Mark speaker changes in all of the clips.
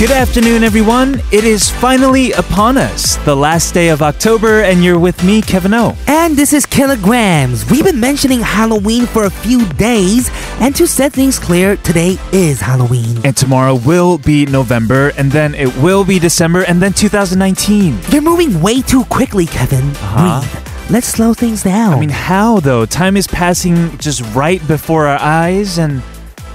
Speaker 1: Good afternoon, everyone. It is finally upon us, the last day of October, and you're with me, Kevin O.
Speaker 2: And this is Kilograms. We've been mentioning Halloween for a few days, and to set things clear, today is Halloween.
Speaker 1: And tomorrow will be November, and then it will be December, and then 2019.
Speaker 2: You're moving way too quickly, Kevin.
Speaker 1: Uh-huh.
Speaker 2: Breathe. Let's slow things down.
Speaker 1: I mean, how though? Time is passing just right before our eyes, and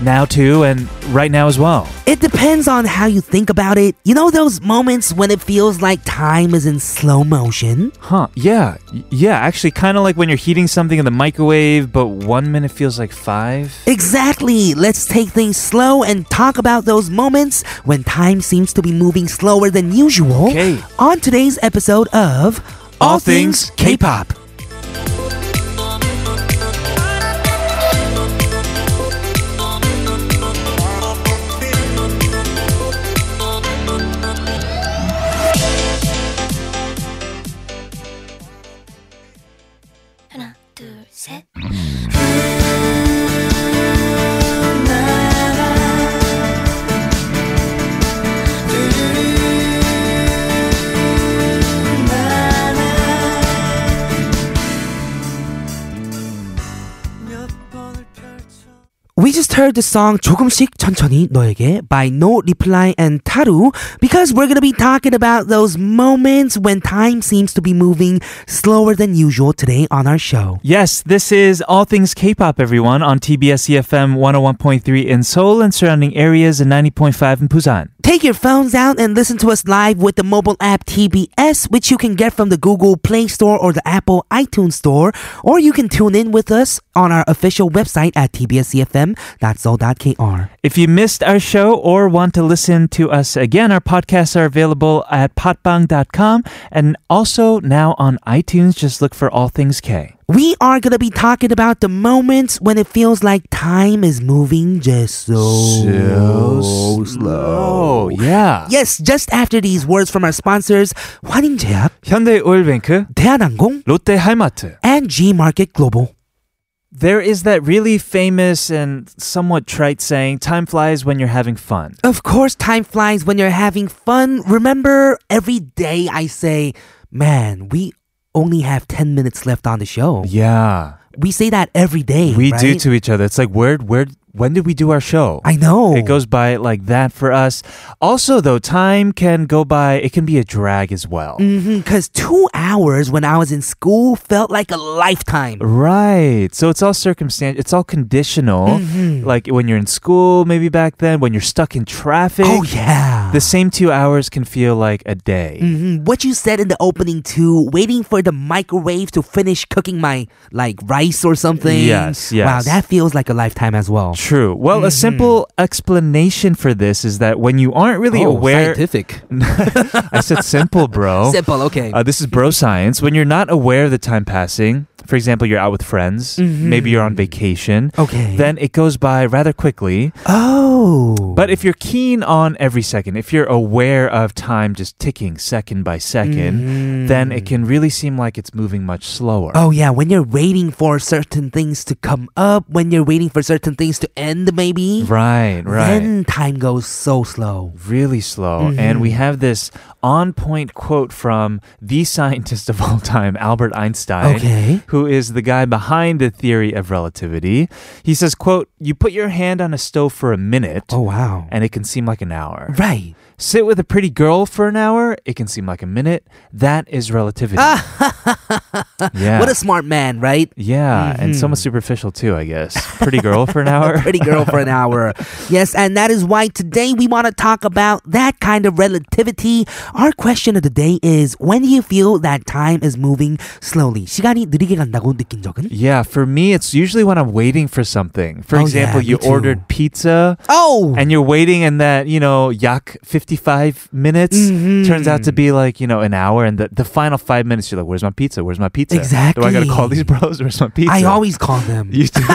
Speaker 1: now too, and right now as well.
Speaker 2: it depends on how you think about it. You know those moments when it feels like time is in slow motion?
Speaker 1: Huh, yeah, y- yeah, actually, kind of like when you're heating something in the microwave, but one minute feels like five.
Speaker 2: Exactly. Let's take things slow and talk about those moments when time seems to be moving slower than usual.
Speaker 1: Okay.
Speaker 2: On today's episode of
Speaker 1: All Things K-Pop.
Speaker 3: 하나 둘 셋.
Speaker 2: We just heard the song 조금씩 천천히 너에게 by No Reply and Taru because we're gonna be talking about those moments when time seems to be moving slower than usual today on our show.
Speaker 1: Yes, this is All Things K-Pop, everyone, on TBS EFM 101.3 in Seoul and surrounding areas and 90.5 in Busan.
Speaker 2: Take your phones out and listen to us live with the mobile app TBS, which you can get from the Google Play Store or the Apple iTunes Store, or you can tune in with us on our official website at tbscfm.so.kr.
Speaker 1: If you missed our show or want to listen to us again, our podcasts are available at potbang.com and also now on iTunes. Just look for All Things K.
Speaker 2: We are gonna be talking about the moments when it feels like time is moving just so, slow.
Speaker 1: Oh, yeah.
Speaker 2: Yes, just after these words from our sponsors, 환인제약,
Speaker 1: Hyundai Oil Bank,
Speaker 2: 대한항공,
Speaker 1: Lotte Haimate.
Speaker 2: and G Market Global.
Speaker 1: There is that really famous and somewhat trite saying, time flies when you're having fun.
Speaker 2: Of course, time flies when you're having fun. Remember, every day I say, man, we only have 10 minutes left on the show.
Speaker 1: Yeah.
Speaker 2: We say that every day.
Speaker 1: We do
Speaker 2: right?
Speaker 1: to each other. It's like, where, where, when did we do our show?
Speaker 2: I know.
Speaker 1: It goes by like that for us. Also, though, time can go by, it can be a drag as well.
Speaker 2: Mm-hmm. Because two hours when I was in school felt like a lifetime.
Speaker 1: Right. So it's all circumstantial. It's all conditional.
Speaker 2: Mm-hmm.
Speaker 1: Like when you're in school, maybe back then, when you're stuck in traffic,
Speaker 2: Oh, yeah.
Speaker 1: the same two hours can feel like a day.
Speaker 2: Mhm. What you said in the opening too, waiting for the microwave to finish cooking my like rice or something.
Speaker 1: Yes, yes.
Speaker 2: Wow, that feels like a lifetime as well.
Speaker 1: True. Well, a
Speaker 2: Mm-hmm.
Speaker 1: simple explanation for this is that when you aren't really aware.
Speaker 2: scientific.
Speaker 1: I said simple, bro.
Speaker 2: Oh, Simple, okay.
Speaker 1: Uh, this is bro science. When you're not aware of the time passing, for example, you're out with friends, maybe you're on
Speaker 2: Mm-hmm.
Speaker 1: vacation,
Speaker 2: okay.
Speaker 1: then it goes by rather quickly.
Speaker 2: oh,
Speaker 1: But if you're keen on every second, if you're aware of time just ticking second by 2nd then it can really seem like it's moving much slower.
Speaker 2: Mm-hmm. oh yeah, when you're waiting for certain things to come up, when you're waiting for certain things to end, maybe
Speaker 1: Right, right.
Speaker 2: then time goes so slow.
Speaker 1: really slow. And
Speaker 2: Mm-hmm.
Speaker 1: we have this on point quote from the scientist of all time, Albert Einstein,
Speaker 2: Okay.
Speaker 1: who is the guy behind the theory of relativity. He says, quote, you put your hand on a stove for a minute
Speaker 2: Oh wow.
Speaker 1: and it can seem like an hour.
Speaker 2: Right.
Speaker 1: Sit with a pretty girl for an hour, it can seem like a minute. That is relativity. yeah.
Speaker 2: Ah, What a smart man, right?
Speaker 1: yeah, and somewhat superficial too, I guess. Pretty girl for an hour.
Speaker 2: pretty girl for an hour. Yes, and that is why today we want to talk about that kind of relativity. Our question of the day is when do you feel that time is moving slowly? 시간이 느리게 간다고 느낀 적은?
Speaker 1: Yeah, for me, it's usually when I'm waiting for something. For
Speaker 2: Oh,
Speaker 1: example,
Speaker 2: yeah, me
Speaker 1: you
Speaker 2: too.
Speaker 1: ordered pizza
Speaker 2: Oh.
Speaker 1: and you're waiting, and that, you know, yak 55 minutes turns out to
Speaker 2: Hmm.
Speaker 1: be like, you know, an hour. And the, the final five minutes, you're like, where's my pizza? Where's my pizza? Do I got to call
Speaker 2: Exactly.
Speaker 1: these bros? Where's my pizza?
Speaker 2: I always call them.
Speaker 1: You do?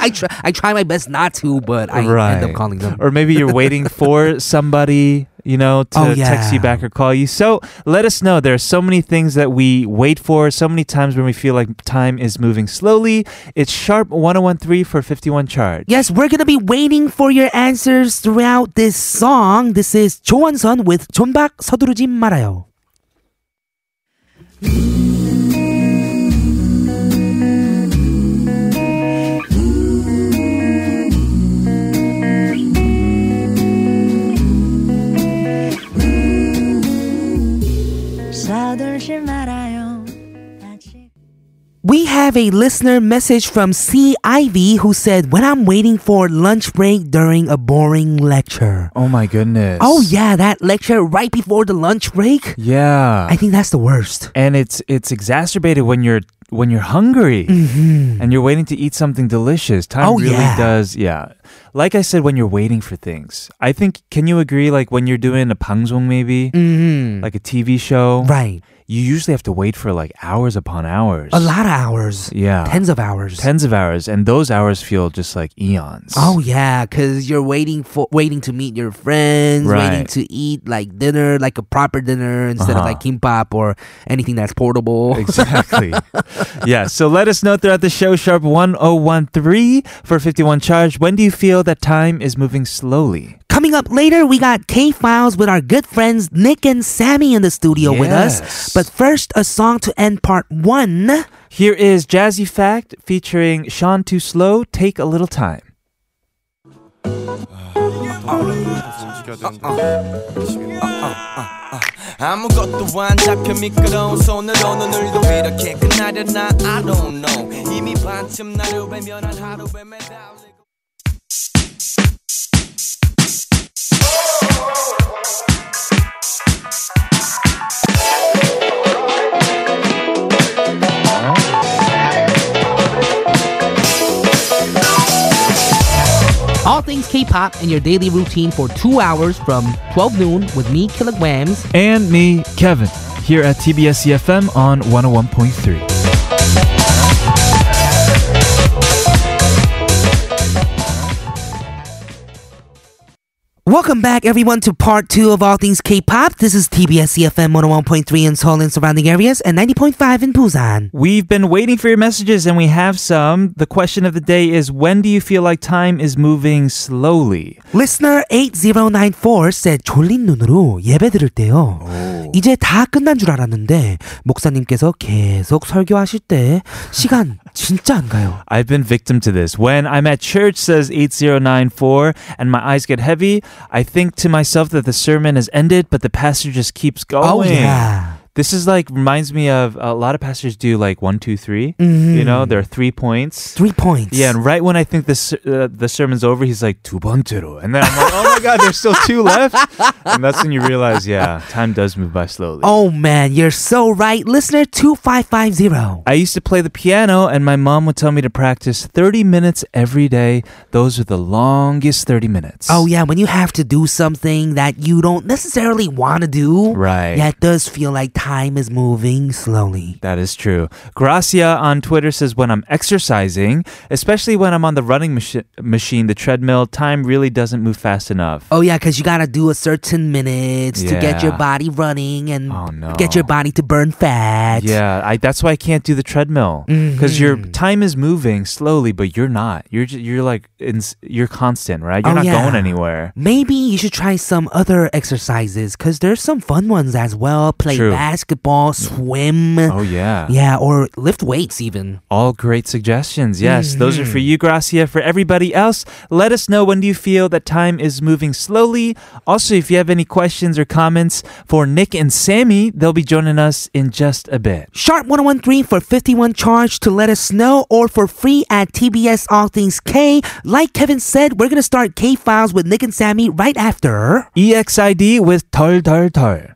Speaker 2: I try. I try my best not to, but I end up calling them.
Speaker 1: Or maybe you're waiting for somebody, you know, to
Speaker 2: Oh, yeah.
Speaker 1: text you back or call you. So let us know. There are so many things that we wait for, so many times when we feel like time is moving slowly. It's sharp 1013 for 51 charge.
Speaker 2: Yes, we're gonna be waiting for your answers throughout this song. This is 조원선 with 존박 서두르지 말아요.
Speaker 3: 서둘지 말아요. 아직
Speaker 2: We have a listener message from C. Ivy who said, When I'm waiting for lunch break during a boring lecture.
Speaker 1: Oh my goodness.
Speaker 2: Oh, yeah, that lecture right before the lunch break?
Speaker 1: Yeah.
Speaker 2: I think that's the worst.
Speaker 1: and it's it's exacerbated when you're when you're hungry and you're waiting to eat something delicious. Time
Speaker 2: Mm-hmm. Oh,
Speaker 1: really
Speaker 2: yeah.
Speaker 1: does. Yeah. Like I said, when you're waiting for things, I think. Can you agree? Like when you're doing a pangzong, maybe
Speaker 2: Mm-hmm.
Speaker 1: like a TV show,
Speaker 2: Right.
Speaker 1: you usually have to wait for like hours upon hours.
Speaker 2: A lot of hours.
Speaker 1: Yeah.
Speaker 2: Tens of hours.
Speaker 1: Tens of hours, and those hours feel just like eons.
Speaker 2: Oh yeah, cause you're waiting for waiting to meet your friends, waiting
Speaker 1: Right.
Speaker 2: to eat like dinner, like a proper dinner instead of
Speaker 1: Uh-huh.
Speaker 2: like kimbap or anything that's portable.
Speaker 1: Exactly. yeah. So let us know throughout the show, sharp 1013 for 51 charge. When do you feel that time is moving slowly?
Speaker 2: Coming up later, we got K Files with our good friends Nick and Sammy in the studio with
Speaker 1: Yes.
Speaker 2: us. But first, a song to end part one.
Speaker 1: Here is Jazzy Fact featuring Sean Too Slow, Take a Little Time.
Speaker 4: 아무것도 안 잡혀 미끄러운 손으로 오늘도 이렇게 끝나려 나 I don't know 이미 반쯤 나를 외면한 하루에 매달리고
Speaker 2: All things K-pop in your daily routine for two hours from 12 noon with me, Kilograms.
Speaker 1: And me, Kevin, here at TBS EFM E on 101.3.
Speaker 2: Welcome back, everyone, to part two of All Things K-pop. This is TBS CFM 101.3 in Seoul and surrounding areas and 90.5 in Busan.
Speaker 1: We've been waiting for your messages and we have some. The question of the day is when do you feel like time is moving slowly?
Speaker 2: Listener 8094 said 졸린 눈으로 예배 들을 때요. 이제 다 끝난 줄 알았는데 목사님께서 계속 설교하실 때 시간 진짜 안 가요.
Speaker 1: I've been victim to this. When I'm at church, says 8094, and my eyes get heavy, I think to myself that the sermon has ended, but the pastor just keeps going.
Speaker 2: Oh, yeah.
Speaker 1: This is like, reminds me of a lot of pastors do like one, two, three. You know, there are three points.
Speaker 2: Mm-hmm. Three points.
Speaker 1: Yeah, and right when I think this uh, the sermon's over, he's like 두 번째로, and then I'm like, oh my god, there's still two left, and that's when you realize, yeah, time does move by slowly.
Speaker 2: Oh man, you're so right. Listener 2550.
Speaker 1: I used to play the piano, and my mom would tell me to practice 30 minutes every day. Those are the longest 30 minutes.
Speaker 2: Oh yeah, when you have to do something that you don't necessarily want to do.
Speaker 1: Right.
Speaker 2: Yeah, it does feel like time is moving slowly.
Speaker 1: That is true. Gracia on Twitter says when I'm exercising, especially when I'm on the running machi- machine, the treadmill, time really doesn't move fast enough.
Speaker 2: Oh yeah, because you gotta do a certain minutes to get your
Speaker 1: Yeah.
Speaker 2: body running and
Speaker 1: Oh, no.
Speaker 2: get your body to burn fat.
Speaker 1: Yeah, I, that's why I can't do the treadmill
Speaker 2: Mm-hmm.
Speaker 1: because your time is moving slowly, but you're not. You're ju- you're like in, you're constant, right? You're
Speaker 2: Oh,
Speaker 1: not
Speaker 2: yeah.
Speaker 1: going anywhere.
Speaker 2: Maybe you should try some other exercises because there's some fun ones as well. Play
Speaker 1: True. Mm.
Speaker 2: basketball, swim.
Speaker 1: Oh yeah.
Speaker 2: Yeah, or lift weights even.
Speaker 1: All great suggestions. Yes, those are for you, Gracia. For everybody else, let us know when do you feel that time is moving slowly. Also, if you have any questions or comments for Nick and Sammy, they'll be joining us in just a bit.
Speaker 2: Sharp 1013 for 51 charge to let us know or for free at TBS All Things K. Like Kevin said, we're going to start K Files with Nick and Sammy right after.
Speaker 1: E EXID with 덜 덜 덜.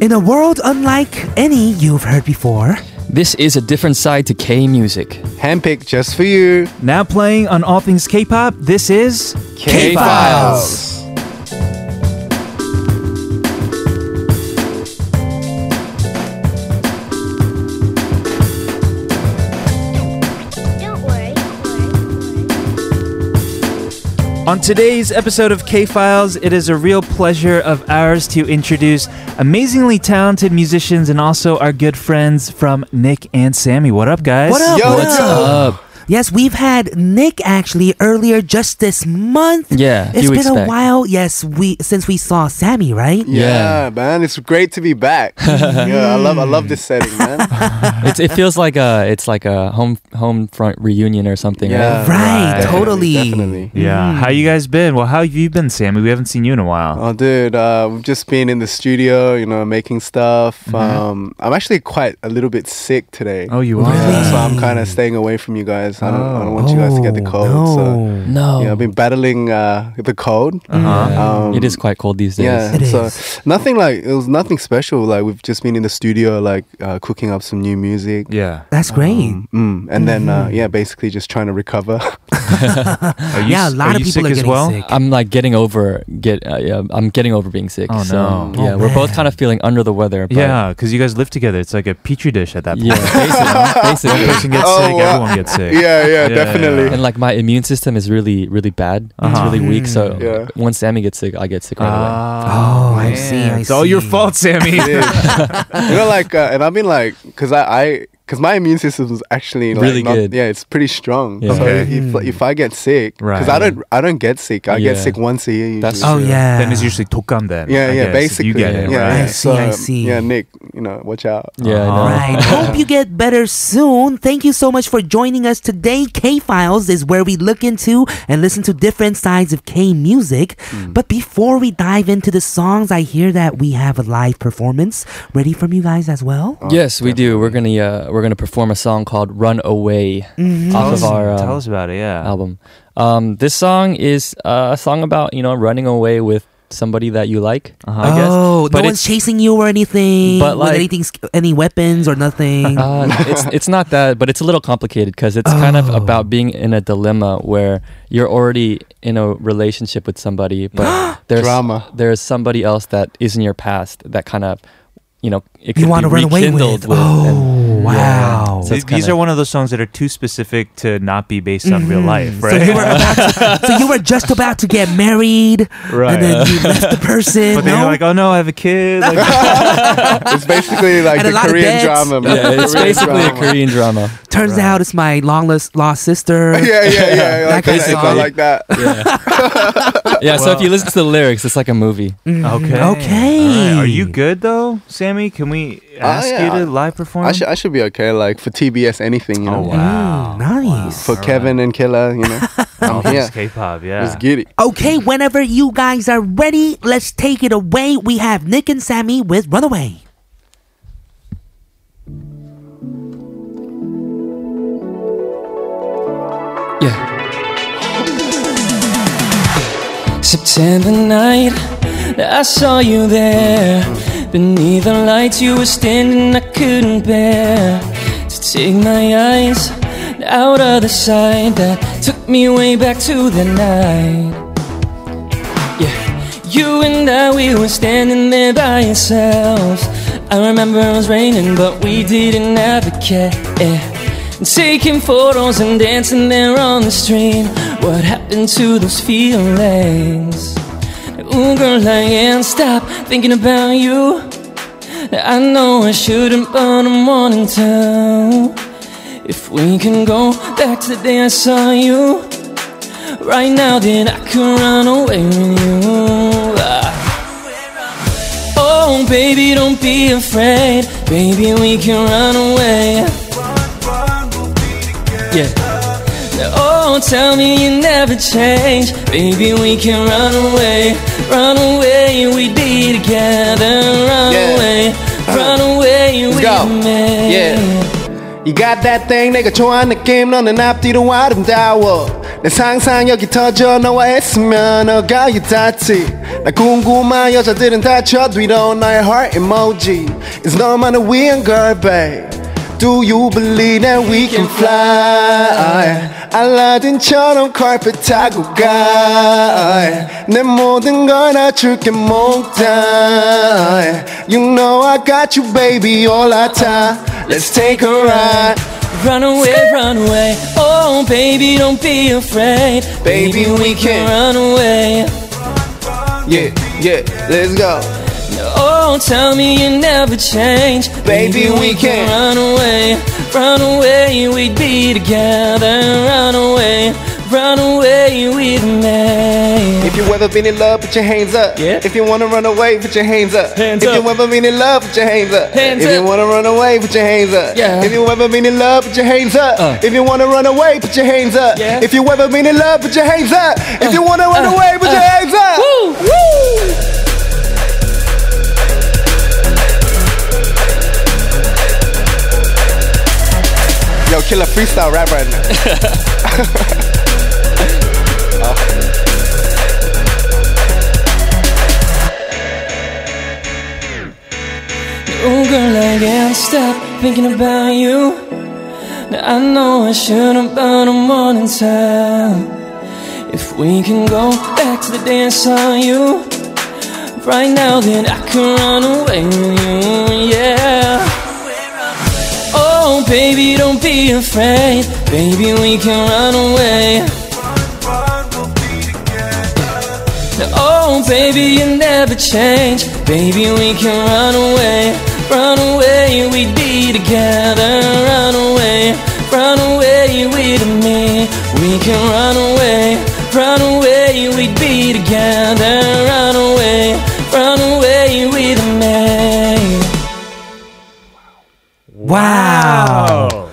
Speaker 2: In a world unlike any you've heard before,
Speaker 5: This is a different side to K music.
Speaker 6: Handpicked just for you.
Speaker 1: Now playing on all things K-pop, this is
Speaker 5: K-Files.
Speaker 3: Don't worry.
Speaker 1: On today's episode of K Files, it is a real pleasure of ours to introduce amazingly talented musicians and also our good friends from Nick and Sammy. What up, guys?
Speaker 2: What up?
Speaker 6: Yo,
Speaker 2: what
Speaker 6: what's
Speaker 2: up?
Speaker 5: Up.
Speaker 2: Yes, we've had Nick actually earlier just this month.
Speaker 5: Yeah,
Speaker 2: it's
Speaker 5: you
Speaker 2: been a
Speaker 5: expect.
Speaker 2: while. Yes, we since we saw Sammy, right?
Speaker 6: Yeah,
Speaker 5: Yeah.
Speaker 6: man, it's great to be back. yeah, I love I love this setting, man.
Speaker 5: It's, it feels like a it's like a home home front reunion or something.
Speaker 6: Yeah,
Speaker 5: Right?
Speaker 2: Right,
Speaker 6: definitely,
Speaker 2: totally.
Speaker 6: Definitely.
Speaker 1: Yeah. How you guys been? Well, how have you been, Sammy? We haven't seen you in a while.
Speaker 6: Oh, dude, uh, we've just been in the studio, you know, making stuff. Um, I'm actually quite a little bit sick today.
Speaker 1: Oh, you are.
Speaker 6: Yeah, so I'm kind of staying away from you guys. I don't, I don't want you guys to get the
Speaker 2: Oh,
Speaker 6: cold.
Speaker 2: No.
Speaker 6: So,
Speaker 5: No.
Speaker 6: yeah, I've been battling uh, the cold.
Speaker 5: Yeah.
Speaker 6: Um,
Speaker 5: it is quite cold these days.
Speaker 6: Yeah,
Speaker 2: It
Speaker 6: so
Speaker 2: is.
Speaker 6: nothing like it was nothing special. Like we've just been in the studio, like uh, cooking up some new music.
Speaker 1: Yeah.
Speaker 2: That's great.
Speaker 6: Mm, and then uh,
Speaker 2: Mm-hmm.
Speaker 6: yeah, basically just trying to recover.
Speaker 1: Are you,
Speaker 2: yeah,
Speaker 1: s-
Speaker 2: a lot
Speaker 1: are
Speaker 2: of
Speaker 1: you
Speaker 2: people
Speaker 1: sick
Speaker 2: are
Speaker 1: as
Speaker 2: getting
Speaker 1: well?
Speaker 2: sick.
Speaker 5: I'm like getting over get uh, yeah, I'm getting over being sick.
Speaker 1: Oh,
Speaker 5: so,
Speaker 1: no.
Speaker 5: Yeah,
Speaker 2: Oh,
Speaker 5: we're both
Speaker 2: man.
Speaker 5: kind of feeling under the weather. But
Speaker 1: Yeah, because you guys live together. It's like a petri dish at that point.
Speaker 5: Yeah, basically,
Speaker 1: One person
Speaker 5: basically.
Speaker 1: gets
Speaker 6: Oh,
Speaker 1: sick,
Speaker 6: wow.
Speaker 1: everyone gets sick.
Speaker 6: yeah, yeah,
Speaker 1: Yeah,
Speaker 6: definitely.
Speaker 5: And like my immune system is really, really bad. It's
Speaker 1: Uh-huh.
Speaker 5: really weak. So
Speaker 6: Yeah.
Speaker 5: when Sammy gets sick, I get sick right away.
Speaker 1: Ah,
Speaker 2: Oh, I see, I
Speaker 1: it's all your
Speaker 2: see.
Speaker 1: fault, Sammy.
Speaker 6: you know, like, uh, and I've been like, because I, I, because my immune system is actually like,
Speaker 5: Really
Speaker 6: not,
Speaker 5: good.
Speaker 6: Yeah, it's pretty strong.
Speaker 5: Yeah.
Speaker 6: So
Speaker 1: Okay.
Speaker 6: if, if
Speaker 2: Hmm.
Speaker 6: I get sick, because I
Speaker 1: Right.
Speaker 6: don't, I don't get sick. I get
Speaker 5: Yeah.
Speaker 6: sick once a year.
Speaker 5: That's
Speaker 6: usually.
Speaker 2: oh
Speaker 5: Sure.
Speaker 2: yeah.
Speaker 1: then it's usually 독감 then.
Speaker 6: yeah,
Speaker 1: I
Speaker 6: yeah,
Speaker 1: guess, if
Speaker 6: basically.
Speaker 1: You get it,
Speaker 6: yeah,
Speaker 1: right?
Speaker 6: yeah.
Speaker 2: I see, I see.
Speaker 6: Yeah, Nick, you know, watch out.
Speaker 5: Yeah, I know.
Speaker 1: Uh-huh.
Speaker 2: Right. Hope you get better soon. Thank you so much for joining us today. K Files is where we look into and listen to different sides of K music.
Speaker 5: Hmm.
Speaker 2: But before we dive into the songs, I hear that we have a live performance ready from you guys as well.
Speaker 5: Yes, we do. We're gonna uh, we're gonna perform a song called "Run Away" off of our um,
Speaker 1: Mm-hmm. Tell us about it, yeah.
Speaker 5: album. Um, this song is uh, a song about you know running away with somebody that you like. I guess.
Speaker 2: oh,
Speaker 5: but
Speaker 2: no
Speaker 5: it's
Speaker 2: one's chasing you or anything.
Speaker 5: But,
Speaker 2: with
Speaker 5: like-
Speaker 2: anything, any weapons or nothing.
Speaker 5: Uh, it's it's not that, but it's a little complicated because it's kind
Speaker 2: Oh.
Speaker 5: of about being in a dilemma where you're already in a relationship with somebody, but there's
Speaker 6: Drama.
Speaker 5: there's somebody else that is in your past that kind of, you know, it could
Speaker 2: you want
Speaker 5: be
Speaker 2: to run away with.
Speaker 5: rekindled with. and-
Speaker 2: oh, wow.
Speaker 5: So
Speaker 1: Th-
Speaker 5: it's
Speaker 1: These
Speaker 5: kinda-
Speaker 1: are one of those songs that are too specific to not be based on real life,
Speaker 2: Mm-hmm. So
Speaker 1: right?
Speaker 2: you were about to, so you were just about to get married, and
Speaker 6: Right.
Speaker 2: then you left the person.
Speaker 1: but then
Speaker 2: no?
Speaker 1: you're like, oh no, I have a kid. Like,
Speaker 6: It's basically like
Speaker 2: And a
Speaker 6: the
Speaker 2: lot of
Speaker 6: Korean
Speaker 2: dads.
Speaker 6: drama, man.
Speaker 5: yeah, it's
Speaker 6: Korean
Speaker 5: basically a
Speaker 6: drama.
Speaker 5: Korean drama.
Speaker 2: Turns out it's my long lost, lost sister.
Speaker 6: Yeah, yeah, yeah.
Speaker 2: That
Speaker 6: Like
Speaker 2: kind
Speaker 6: that,
Speaker 2: of
Speaker 6: it's not
Speaker 5: song.
Speaker 6: like that.
Speaker 5: Yeah, so if you listen to the lyrics, it's like a movie.
Speaker 1: okay.
Speaker 2: okay.
Speaker 1: All right. Are you good though, Sammy? Can we ask
Speaker 6: yeah,
Speaker 1: you
Speaker 6: I-
Speaker 1: to live perform?
Speaker 6: I should, I should be okay. Like for TBS, anything, you know.
Speaker 1: oh wow.
Speaker 2: Mm, Nice.
Speaker 6: For Kevin and Killer, you know.
Speaker 1: All
Speaker 6: I'm
Speaker 1: things
Speaker 6: here.
Speaker 1: K-pop, yeah.
Speaker 6: Let's get it.
Speaker 2: Okay, whenever you guys are ready, let's take it away. We have Nick and Sammy with Runaway.
Speaker 5: Yeah. September night, I saw you there. Beneath the lights, you were standing, I couldn't bear to take my eyes out of the sight that took me way back to the night. Yeah, you and I, we were standing there by ourselves. I remember it was raining, but we didn't have a care. Taking photos and dancing there on the stream. What happened to those feelings? Ooh, girl, I can't stop thinking about you. I know I shouldn't, but I'm wanting to. If we can go back to the day I saw you. Right now, then I could run away with you. Ah. Oh, baby, don't be afraid. Baby, we can run away. Yeah. Oh, tell me you never change. Baby, we can run away. Run away, we'd be together. Run
Speaker 6: Yeah.
Speaker 5: away, run away,
Speaker 6: Let's
Speaker 5: we
Speaker 6: go.
Speaker 5: made.
Speaker 6: Yeah. You got that thing, nigga, 좋아하는 느낌, 너는 앞뒤로 아름다워. 내 상상력이 터져 너와 했으면 너가 있다지 나 궁금한 여자들은 다쳐 뒤로 나의 heart emoji It's 너만을 위한 girl babe Do you believe that we can fly 알라딘처럼 carpet 타고 가내 모든 걸 다 줄게 몽땅 You know I got you baby all I time Let's take a ride
Speaker 5: Run away, run away. Oh, baby, don't be afraid.
Speaker 6: Baby, we can-
Speaker 5: run away.
Speaker 6: Yeah, yeah, let's go
Speaker 5: Oh, tell me you never change.
Speaker 6: Baby, we can-
Speaker 5: run away, run away. We'd be together. Run away, run away with me.
Speaker 6: If you ever been in love, put your hands up.
Speaker 5: Yeah.
Speaker 6: If you wanna run away, put your hands up.
Speaker 5: Hands
Speaker 6: if
Speaker 5: up.
Speaker 6: you ever been in love, put your hands up.
Speaker 5: Hands
Speaker 6: if you
Speaker 5: up.
Speaker 6: wanna run away, put your hands up.
Speaker 5: Yeah.
Speaker 6: If you ever been in love, put your hands up.
Speaker 5: Uh.
Speaker 6: If you wanna run away, put your hands up.
Speaker 5: Yeah.
Speaker 6: If you ever been in love, put your hands up. if you wanna run
Speaker 5: uh,
Speaker 6: away, put your
Speaker 5: uh.
Speaker 6: hands up.
Speaker 5: Woo, woo.
Speaker 6: Yo, kill a freestyle rap right now.
Speaker 5: Oh girl, I can't stop thinking about you. Now I know I shouldn't, but I'm on in time. If we can go back to the day I saw you, right now, then I could run away with you, yeah. Oh baby, don't be afraid. Baby, we can run away. Now, Oh, baby, you never change. Baby, we can run away, run away. We'd be together. Run away, run away with me. We can run away, run away. We'd be together. Run away, run away with me.
Speaker 2: Wow.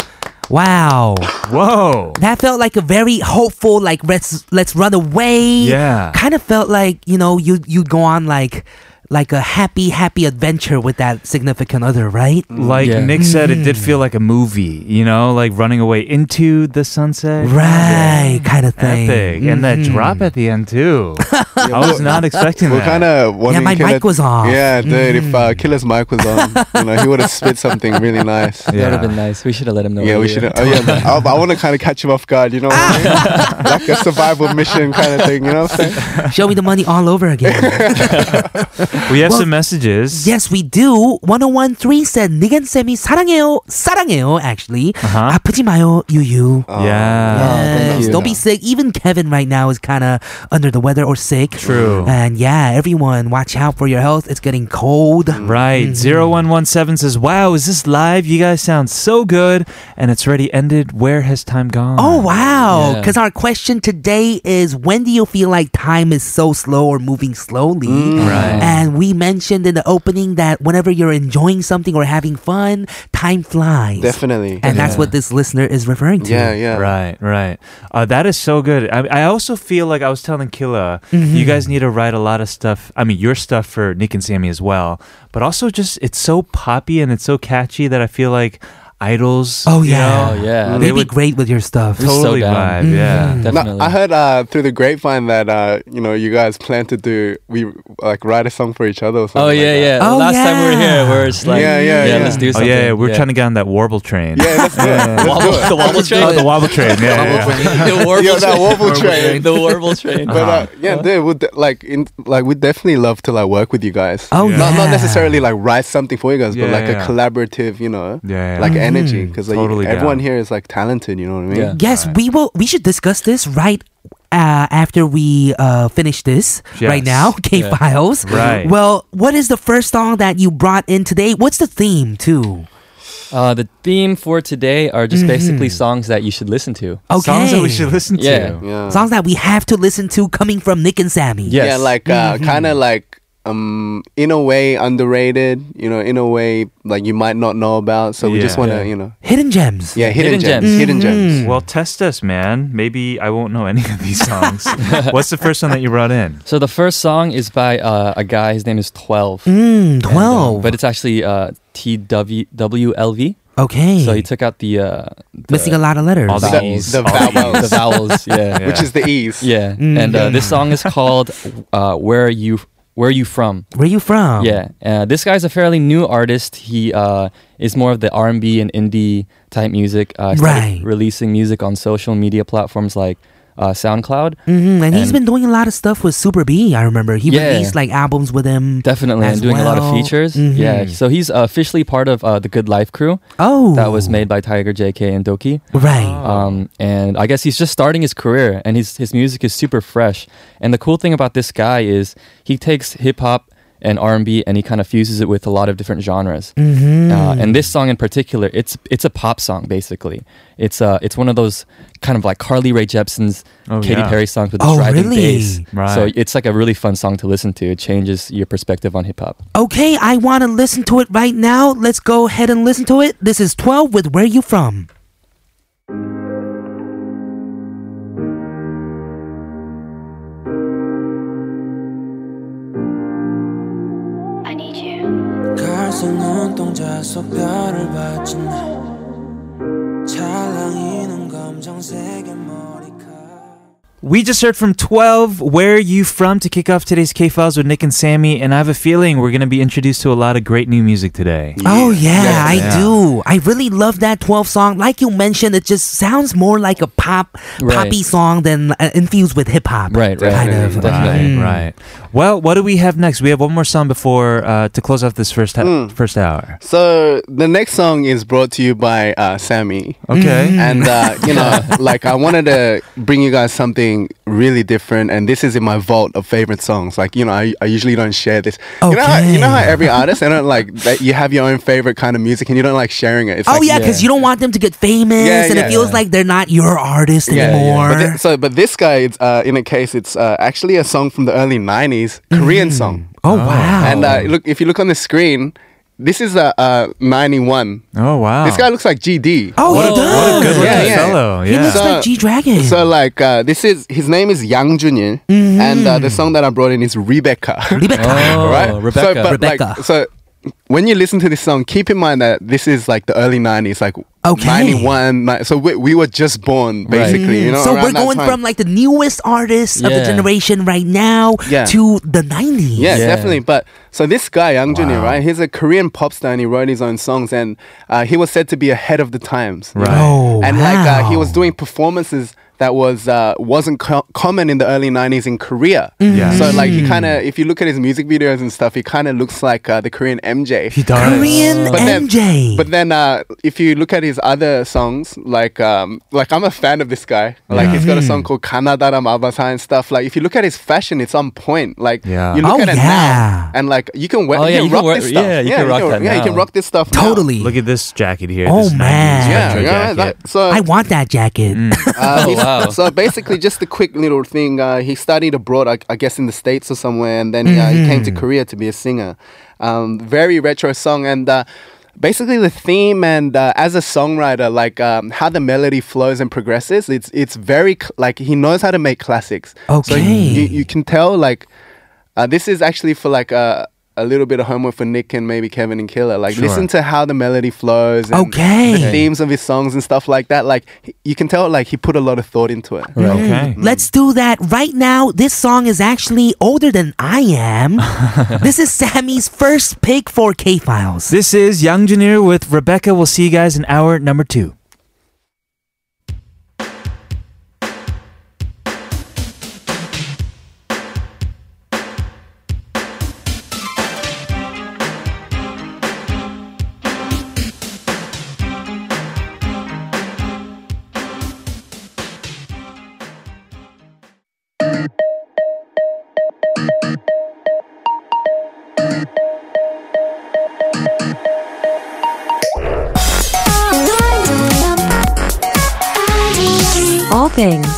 Speaker 2: Wow.
Speaker 1: Whoa.
Speaker 2: That felt like a very hopeful, like let's let's run away.
Speaker 1: Yeah.
Speaker 2: Kind of felt like you know you you go on like like a happy happy adventure with that significant other, right?
Speaker 1: Like
Speaker 5: Yeah.
Speaker 1: Nick said, it
Speaker 2: Mm-hmm.
Speaker 1: did feel like a movie, you know, like running away into the sunset.
Speaker 2: Right, Mm-hmm. kind of thing.
Speaker 1: Epic. And that drop at the end, too. I was not expecting
Speaker 6: We're
Speaker 1: that.
Speaker 6: kind of wondering.
Speaker 2: my
Speaker 6: Killer-
Speaker 2: mic was off. Mm.
Speaker 6: Yeah, dude. If uh, Killer's mic was on, you know, he would have spit something really nice.
Speaker 1: Yeah.
Speaker 6: Yeah,
Speaker 5: That would have been nice. We should have let him know.
Speaker 6: we
Speaker 5: earlier.
Speaker 6: should. Oh yeah, I, I want to kind of catch him off guard. You know, what I mean? like a survival mission kind of thing. You know what I'm saying?
Speaker 2: Show me the money all over again.
Speaker 1: We have
Speaker 2: Well,
Speaker 1: some messages.
Speaker 2: yes, we do. 1013 said, 니겐 쌤이 사랑해요. 사랑해요, actually.
Speaker 1: Uh-huh.
Speaker 2: 아프지 마요, 유유.
Speaker 6: Oh,
Speaker 1: Yeah.
Speaker 2: Yes,
Speaker 5: thank you.
Speaker 2: don't be sick. Even Kevin right now is kind of under the weather or sick.
Speaker 1: True.
Speaker 2: And yeah, everyone, watch out for your health. It's getting cold.
Speaker 1: Right.
Speaker 2: Mm-hmm.
Speaker 1: 0117 says, Wow, is this live? You guys sound so good. And it's already ended. Where has time gone?
Speaker 2: Oh wow!
Speaker 5: Yeah.
Speaker 2: Because our question today is: When do you feel like time is so slow or moving slowly?
Speaker 1: Right.
Speaker 2: And we mentioned in the opening that whenever you're enjoying something or having fun, time flies.
Speaker 6: Oh, Definitely.
Speaker 2: And that's what this listener is referring to.
Speaker 6: yeah, yeah.
Speaker 1: Right, right. Uh, that is so good. I, I also feel like I was telling Killa,
Speaker 2: Mm-hmm.
Speaker 1: you guys need to write a lot of stuff. I mean, your stuff for Nick and Sammy as well, but also just it's so poppy and it's so catchy that I feel like idols.
Speaker 2: Oh,
Speaker 1: you
Speaker 2: yeah.
Speaker 1: know,
Speaker 5: Oh, yeah.
Speaker 1: they
Speaker 2: They'd be
Speaker 1: would
Speaker 2: great with your stuff.
Speaker 5: so
Speaker 1: totally
Speaker 5: down.
Speaker 1: vibe.
Speaker 2: Mm-hmm.
Speaker 1: Yeah,
Speaker 5: Definitely.
Speaker 6: No, I heard uh, through the grapevine that uh, you know you guys plan to do we like write a song for each other. Or something
Speaker 5: Oh
Speaker 6: like that.
Speaker 5: yeah, yeah.
Speaker 2: Oh,
Speaker 5: Last time we were
Speaker 2: yeah.
Speaker 5: here, we're just like,
Speaker 6: Yeah, yeah, yeah.
Speaker 5: let's
Speaker 1: Oh,
Speaker 5: do something.
Speaker 1: yeah, yeah, we're trying to get on that warble train.
Speaker 6: Yeah, let's do it. Let's
Speaker 5: Wobble-
Speaker 6: do it.
Speaker 5: the wobble
Speaker 6: Let's do
Speaker 5: train.
Speaker 1: Oh,
Speaker 6: it.
Speaker 1: the wobble train. Yeah, yeah, yeah.
Speaker 5: the warble
Speaker 6: Yo, that
Speaker 5: train.
Speaker 6: wobble train.
Speaker 5: the warble train.
Speaker 1: Uh-huh.
Speaker 6: But uh, yeah, dude, would like in like we definitely love to like work with you guys.
Speaker 2: Oh,
Speaker 6: Not, not
Speaker 2: yeah.
Speaker 6: necessarily like write something for you guys,
Speaker 1: Yeah,
Speaker 6: but like
Speaker 1: yeah.
Speaker 6: a collaborative, you know,
Speaker 1: Yeah, yeah.
Speaker 6: like energy because like,
Speaker 1: Totally
Speaker 6: everyone
Speaker 1: down.
Speaker 6: here is like talented. You know what I mean?
Speaker 5: Yeah.
Speaker 2: Yes, we will. We should discuss this right uh, after we uh, finish this right
Speaker 1: Yes.
Speaker 2: now. K
Speaker 5: Yeah.
Speaker 2: files.
Speaker 1: Right.
Speaker 2: Well, what is the first song that you brought in today? What's the theme too?
Speaker 5: Uh, the theme for today are
Speaker 2: Mm-hmm.
Speaker 5: just basically songs that you should listen to.
Speaker 2: Okay.
Speaker 1: Songs that we should listen to.
Speaker 5: Yeah.
Speaker 6: Yeah.
Speaker 2: Songs that we have to listen to coming from Nick and Sammy.
Speaker 5: Yes.
Speaker 6: Yeah, like uh,
Speaker 1: Mm-hmm.
Speaker 6: kind of like um, in a way underrated. You know, in a way like you might not know about. So we just
Speaker 1: Yeah.
Speaker 6: want to,
Speaker 5: Yeah.
Speaker 6: you know,
Speaker 2: Hidden gems.
Speaker 6: yeah, hidden, gems,
Speaker 5: Hidden gems.
Speaker 6: hidden gems.
Speaker 1: Well, test us, man. Maybe I won't know any of these songs. What's the first one that you brought in?
Speaker 5: So the first song is by uh, a guy. His name is Twelve.
Speaker 7: um,
Speaker 2: Mm,
Speaker 5: And, uh,
Speaker 2: Twelve.
Speaker 5: but it's actually uh, T W W L V.
Speaker 2: Okay.
Speaker 7: So he took out the, uh, the
Speaker 2: missing a lot of letters.
Speaker 1: Mm-hmm.
Speaker 7: all the,
Speaker 6: The-
Speaker 7: E's,
Speaker 6: the
Speaker 7: all
Speaker 6: vowels.
Speaker 7: the vowels. Yeah,
Speaker 1: Yeah.
Speaker 6: which is the E's.
Speaker 7: yeah.
Speaker 2: Mm.
Speaker 7: And uh,
Speaker 2: Yeah.
Speaker 7: this song is called uh, "Where Are You." Where are you from?
Speaker 2: Where you from?
Speaker 7: Yeah, uh, this guy's a fairly new artist. He uh, is more of the R and B and indie type music. Uh, started
Speaker 2: Right.
Speaker 7: Releasing music on social media platforms like uh, SoundCloud.
Speaker 2: hmm And, he's
Speaker 7: And-
Speaker 2: been doing a lot of stuff with Super B. I remember he
Speaker 7: Yeah.
Speaker 2: released like albums with him.
Speaker 7: Definitely,
Speaker 2: as
Speaker 7: and doing a lot
Speaker 2: well.
Speaker 7: of features.
Speaker 2: Mhm.
Speaker 7: Yeah, so he's officially part of uh, the Good Life crew
Speaker 2: oh,
Speaker 7: that was made by Tiger, JK, and Doki.
Speaker 2: right.
Speaker 7: Um, and I guess he's just starting his career, and his his music is super fresh. And the cool thing about this guy is he takes hip hop and R and B, and he kind of fuses it with a lot of different genres.
Speaker 2: hmm
Speaker 7: Uh, and this song in particular, it's it's a pop song basically. It's uh it's one of those kind of like Carly Rae Jepsen's,
Speaker 1: Oh,
Speaker 7: Katy
Speaker 1: yeah.
Speaker 7: Perry songs with the
Speaker 2: Oh,
Speaker 7: driving
Speaker 2: really?
Speaker 7: bass.
Speaker 1: Right.
Speaker 7: So it's like a really fun song to listen to. It changes your perspective on hip hop.
Speaker 2: okay, I want to listen to it right now. Let's go ahead and listen to it. This is twelve with Where You From.
Speaker 3: I need you.
Speaker 2: Oh,
Speaker 4: 갈색 눈동자 속 별을 봤잖아 찰랑이는 검정색의 머리카락
Speaker 1: We just heard from 12, Where Are You From, to kick off today's K Files with Nick and Sammy. And I have a feeling we're going to be introduced to a lot of great new music today.
Speaker 2: Oh yeah,
Speaker 1: Yes.
Speaker 2: I
Speaker 1: Yeah.
Speaker 2: do. I really love that 12 song. Like you mentioned, it just sounds more like a pop
Speaker 7: Right.
Speaker 2: poppy song than uh, infused with hip hop.
Speaker 7: Right, right,
Speaker 2: kind
Speaker 7: right,
Speaker 2: of. Mm.
Speaker 7: definitely.
Speaker 1: Right, right. Well, what do we have next? We have one more song before uh, to close off this first ha- first hour.
Speaker 6: Hmm. So the next song is brought to you by uh, Sammy.
Speaker 1: Okay.
Speaker 2: Mm.
Speaker 6: And uh, you know, like I wanted to bring you guys something really different, and this is in my vault of favorite songs. Like you know, I, I usually don't share this. You know, how, you know how
Speaker 2: Okay.
Speaker 6: every artist, they don't like that you have your own favorite kind of music, and you don't like sharing it. It's
Speaker 2: Oh
Speaker 6: like,
Speaker 2: yeah, because
Speaker 7: Yeah.
Speaker 2: you don't want them to get famous,
Speaker 6: Yeah,
Speaker 2: and
Speaker 6: yeah.
Speaker 2: it feels like they're not your artist
Speaker 6: Yeah, yeah.
Speaker 2: anymore.
Speaker 6: But thi- so, but this guy, it's, uh, in a case, it's uh, actually a song from the early '90s, Korean song.
Speaker 2: oh wow!
Speaker 6: And uh, look, if you look on the screen, this is a uh, '91.
Speaker 1: oh, wow.
Speaker 6: This guy looks like GD.
Speaker 2: oh,
Speaker 1: what,
Speaker 2: he
Speaker 1: a,
Speaker 2: does.
Speaker 1: what a good looking
Speaker 6: Yeah, yeah.
Speaker 1: fellow.
Speaker 2: He
Speaker 1: Yeah.
Speaker 2: looks
Speaker 6: So-
Speaker 2: like G Dragon.
Speaker 6: So like uh, this is his name is Yang Junyin,
Speaker 2: Mm-hmm.
Speaker 6: and uh, the song that I brought in is Rebecca.
Speaker 7: Oh,
Speaker 6: right?
Speaker 7: Rebecca.
Speaker 6: So, but
Speaker 2: Rebecca.
Speaker 6: like, so when you listen to this song, keep in mind that this is like the early '90s, like
Speaker 2: Okay.
Speaker 6: '91. So we, we were just born, basically. You know,
Speaker 2: so we're
Speaker 6: around that
Speaker 2: going
Speaker 6: time.
Speaker 2: from like the newest artists of the
Speaker 7: Yeah.
Speaker 2: generation right now
Speaker 6: Yeah.
Speaker 2: to the 90s.
Speaker 6: Yes,
Speaker 7: Yeah.
Speaker 6: definitely. But so this guy Yang Junyin, right? He's a Korean pop star, and he wrote his own songs, and uh, he was said to be ahead of the times.
Speaker 1: Right.
Speaker 2: Oh,
Speaker 6: and like uh, he was
Speaker 2: wow.
Speaker 6: doing performances that was uh, wasn't co- common in the early 90s in korea
Speaker 1: Yeah.
Speaker 6: so like he kind of if you look at his music videos and stuff he kind of looks like uh, the korean mj
Speaker 1: He does.
Speaker 2: Korean
Speaker 6: but then,
Speaker 2: MJ.
Speaker 6: but then uh, if you look at his other songs, like um, like I'm a fan of this guy.
Speaker 1: Yeah.
Speaker 6: Like he's got a
Speaker 7: Hmm.
Speaker 6: song called Kanadaram Abasa and stuff. Like if you look at his fashion, it's on point. Like
Speaker 1: Yeah.
Speaker 6: you
Speaker 2: Oh,
Speaker 6: look at it
Speaker 2: yeah.
Speaker 6: now, and like you can wear,
Speaker 7: Oh, yeah,
Speaker 6: you can
Speaker 7: you can
Speaker 6: rock
Speaker 7: wear-
Speaker 6: this stuff.
Speaker 7: yeah, you can rock that
Speaker 6: yeah, you can
Speaker 7: now.
Speaker 6: rock this stuff. now.
Speaker 2: totally.
Speaker 1: Look at this jacket here.
Speaker 2: Oh,
Speaker 1: this 90s
Speaker 2: man.
Speaker 6: Yeah,
Speaker 1: retro
Speaker 6: yeah.
Speaker 1: jacket.
Speaker 6: that- so
Speaker 2: I want that jacket.
Speaker 6: uh, he's-
Speaker 7: wow.
Speaker 6: So basically, just a quick little thing. Uh, he studied abroad, I, I guess, in the states or somewhere, and then uh, he came to Korea to be a singer. Um, very retro song, and uh, basically the theme and uh, as a songwriter, like um, how the melody flows and progresses. It's it's very cl- like he knows how to make classics. so
Speaker 2: Okay.
Speaker 6: you, you can tell like uh, this is actually for like a. A little bit of homework for Nick and maybe Kevin and Killer. Like,
Speaker 1: Sure.
Speaker 6: listen to how the melody flows. And
Speaker 2: Okay.
Speaker 6: The themes of his songs and stuff like that. Like, he- you can tell, like, he put a lot of thought into it.
Speaker 7: Right.
Speaker 1: Okay.
Speaker 2: Mm. Let's do that right now. This song is actually older than I am. this is Sammy's first pick for K Files.
Speaker 1: This is Young Junior with Rebecca. We'll see you guys in hour number two.
Speaker 8: All things.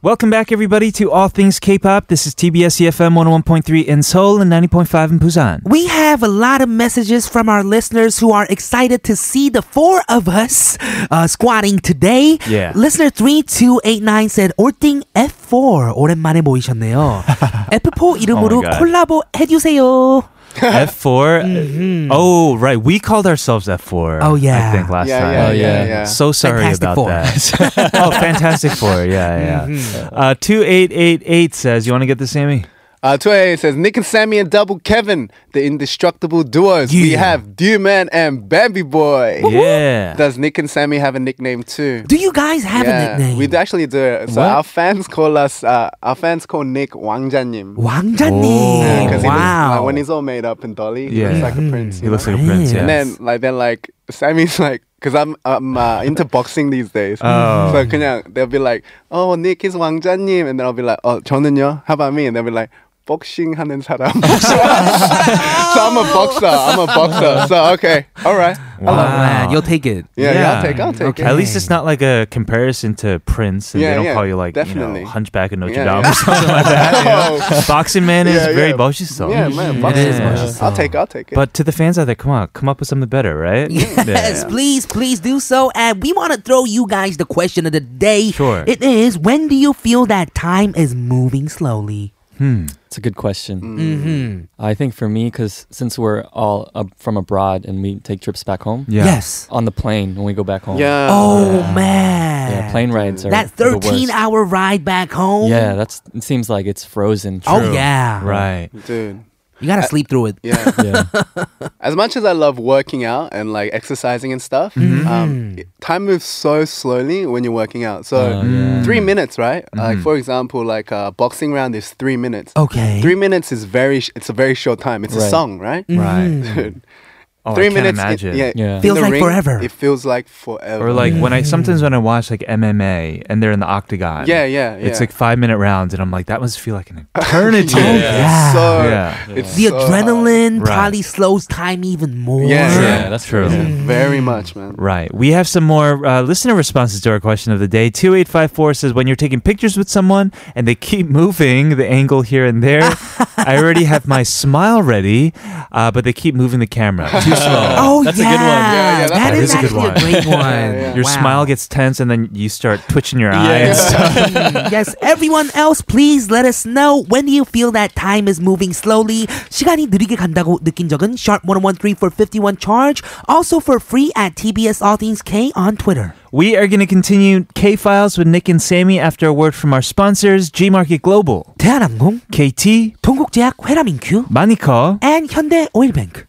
Speaker 1: Welcome back, everybody, to All Things K-pop. This is TBS EFM 101.3 in Seoul and 90.5 in Busan.
Speaker 2: We have a lot of messages from our listeners who are excited to see the four of us uh, squatting today.
Speaker 1: Yeah.
Speaker 2: Listener 3289 said, 올띵 F4. 오랜만에 모이셨네요. F4 이름으로
Speaker 1: Oh my God.
Speaker 2: 콜라보 해주세요.
Speaker 1: F4. Oh, right. We called ourselves F4.
Speaker 2: Oh, yeah.
Speaker 1: I think last
Speaker 6: Mm-hmm. Yeah,
Speaker 1: time.
Speaker 6: yeah,
Speaker 7: Oh,
Speaker 6: yeah,
Speaker 7: yeah.
Speaker 6: yeah.
Speaker 1: So sorry
Speaker 2: Fantastic
Speaker 1: about
Speaker 2: Four.
Speaker 1: that. oh, Fantastic Four. Yeah, yeah.
Speaker 6: Mm-hmm.
Speaker 1: Uh, 2888 says, You want to get this, Sammy?
Speaker 6: Uh, 2A says Nick and Sammy and Double Kevin, the indestructible duos. We
Speaker 1: Yeah.
Speaker 6: have Dew Man and Bambi Boy.
Speaker 1: Yeah.
Speaker 6: Does Nick and Sammy have a nickname too?
Speaker 2: Do you guys have a nickname?
Speaker 6: we actually do. So our fans call us. Uh, our fans call Nick Wangjanim.
Speaker 2: 왕자님.
Speaker 6: Oh, he looks, like,
Speaker 2: wow.
Speaker 6: when he's all made up and dolly, he
Speaker 1: Yeah.
Speaker 6: looks like a prince.
Speaker 1: he
Speaker 6: you
Speaker 1: looks
Speaker 6: know?
Speaker 1: like a prince. Yeah.
Speaker 6: And then like then like Sammy's like because I'm I'm uh, into boxing these days.
Speaker 1: Oh.
Speaker 6: So 그냥 they'll be like, oh Nick is 왕자님, and then I'll be like, oh 저는요. How about me? And they'll be like. Boxing 하는 사람. so I'm a boxer. I'm a boxer. So okay, all right.
Speaker 2: Oh, man, you'll take it.
Speaker 6: Yeah, yeah. I'll
Speaker 1: Yeah.
Speaker 6: take. I'll take
Speaker 1: At
Speaker 6: it.
Speaker 1: least it's not like a comparison to Prince, and
Speaker 6: Yeah,
Speaker 1: they don't
Speaker 6: yeah,
Speaker 1: call you like you
Speaker 6: definitely.
Speaker 1: know hunchback of Notre
Speaker 6: Yeah,
Speaker 1: Dame
Speaker 6: yeah.
Speaker 1: or something like that. you know? Boxing man is
Speaker 6: Yeah,
Speaker 1: very
Speaker 6: yeah.
Speaker 1: bossy, though.
Speaker 6: Oh. Yeah, man. Boxing.
Speaker 1: is boxing.
Speaker 6: I'll take. it, I'll take it.
Speaker 1: But to the fans out there, come on, come up with something better, right?
Speaker 2: Yes,
Speaker 1: Yeah.
Speaker 2: please, please do so. And we want to throw you guys the question of the day.
Speaker 1: Sure.
Speaker 2: It is when do you feel that time is moving slowly?
Speaker 7: It's a good question. I think for me, because since we're all ab- from abroad and we take trips back home,
Speaker 1: Yeah.
Speaker 2: Yes.
Speaker 7: on the plane when we go back home.
Speaker 6: yeah.
Speaker 2: Oh man.
Speaker 7: Yeah, plane rides are
Speaker 2: that
Speaker 7: the
Speaker 2: 13
Speaker 7: worst.
Speaker 2: hour ride back home.
Speaker 7: Yeah, that's it seems like it's frozen.
Speaker 2: Oh yeah.
Speaker 1: Right.
Speaker 6: dude.
Speaker 2: You got to sleep through it.
Speaker 6: Yeah.
Speaker 7: Yeah.
Speaker 6: as much as I love working out and like exercising and stuff, um,
Speaker 2: Mm-hmm.
Speaker 6: it- time moves so slowly when you're working out.
Speaker 7: Oh,
Speaker 6: So
Speaker 7: yeah.
Speaker 6: three minutes, right? Like for example, like a boxing round is three minutes.
Speaker 2: Mm-hmm. Okay.
Speaker 6: Three minutes is very. Sh- it's a very short time. It's a
Speaker 7: Right.
Speaker 6: song, right?
Speaker 1: Right.
Speaker 6: Dude,
Speaker 1: Oh,
Speaker 6: Mm-hmm. Three
Speaker 1: I can't
Speaker 6: minutes. it-
Speaker 1: Imagine.
Speaker 6: yeah.
Speaker 7: Yeah.
Speaker 6: in
Speaker 2: Mm-hmm. Feels
Speaker 6: the
Speaker 2: like
Speaker 6: ring,
Speaker 2: forever.
Speaker 6: It feels like
Speaker 1: Or
Speaker 6: forever.
Speaker 1: like when I sometimes when I watch like MMA and they're in the octagon.
Speaker 6: Yeah, yeah,
Speaker 1: It's like
Speaker 6: yeah.
Speaker 1: five minute rounds, and I'm like, that must feel like an eternity.
Speaker 2: Yeah.
Speaker 1: Oh,
Speaker 6: So
Speaker 1: Yeah.
Speaker 6: it's
Speaker 2: The
Speaker 6: so hard.
Speaker 2: adrenaline
Speaker 1: Right.
Speaker 2: probably slows time even more.
Speaker 6: Yeah, yeah.
Speaker 7: Yeah, that's
Speaker 1: true.
Speaker 7: crazy.
Speaker 6: Mm-hmm. Very much, man.
Speaker 1: Right. We have some more uh, listener responses to our question of the day. 2854 says, When you're taking pictures with someone and they keep moving the angle here and there, I already have my smile ready, uh, but they keep moving the camera. Too slow.
Speaker 2: Oh
Speaker 7: That's a
Speaker 2: yeah.
Speaker 7: good one.
Speaker 6: Yeah, yeah,
Speaker 2: that
Speaker 6: that
Speaker 1: is
Speaker 2: is,
Speaker 1: a good
Speaker 2: actually
Speaker 1: one.
Speaker 2: a great one.
Speaker 6: Yeah, yeah.
Speaker 1: Your
Speaker 2: Wow.
Speaker 1: smile gets tense and then you start twitching your eye.
Speaker 7: Yeah.
Speaker 1: and stuff.
Speaker 2: yes, everyone else, please let us know when do you feel that time is moving slowly. 시간이 느리게 간다고 느낀 적은 sharp 1013 for 51 charge. Also for free at TBS All Things K on Twitter.
Speaker 1: We are going to continue K Files with Nick and Sammy after a word from our sponsors, G Market Global,
Speaker 2: 대한항공,
Speaker 1: KT,
Speaker 2: 동국제약 회라민큐,
Speaker 1: Manico.
Speaker 2: and Hyundai Oil Bank.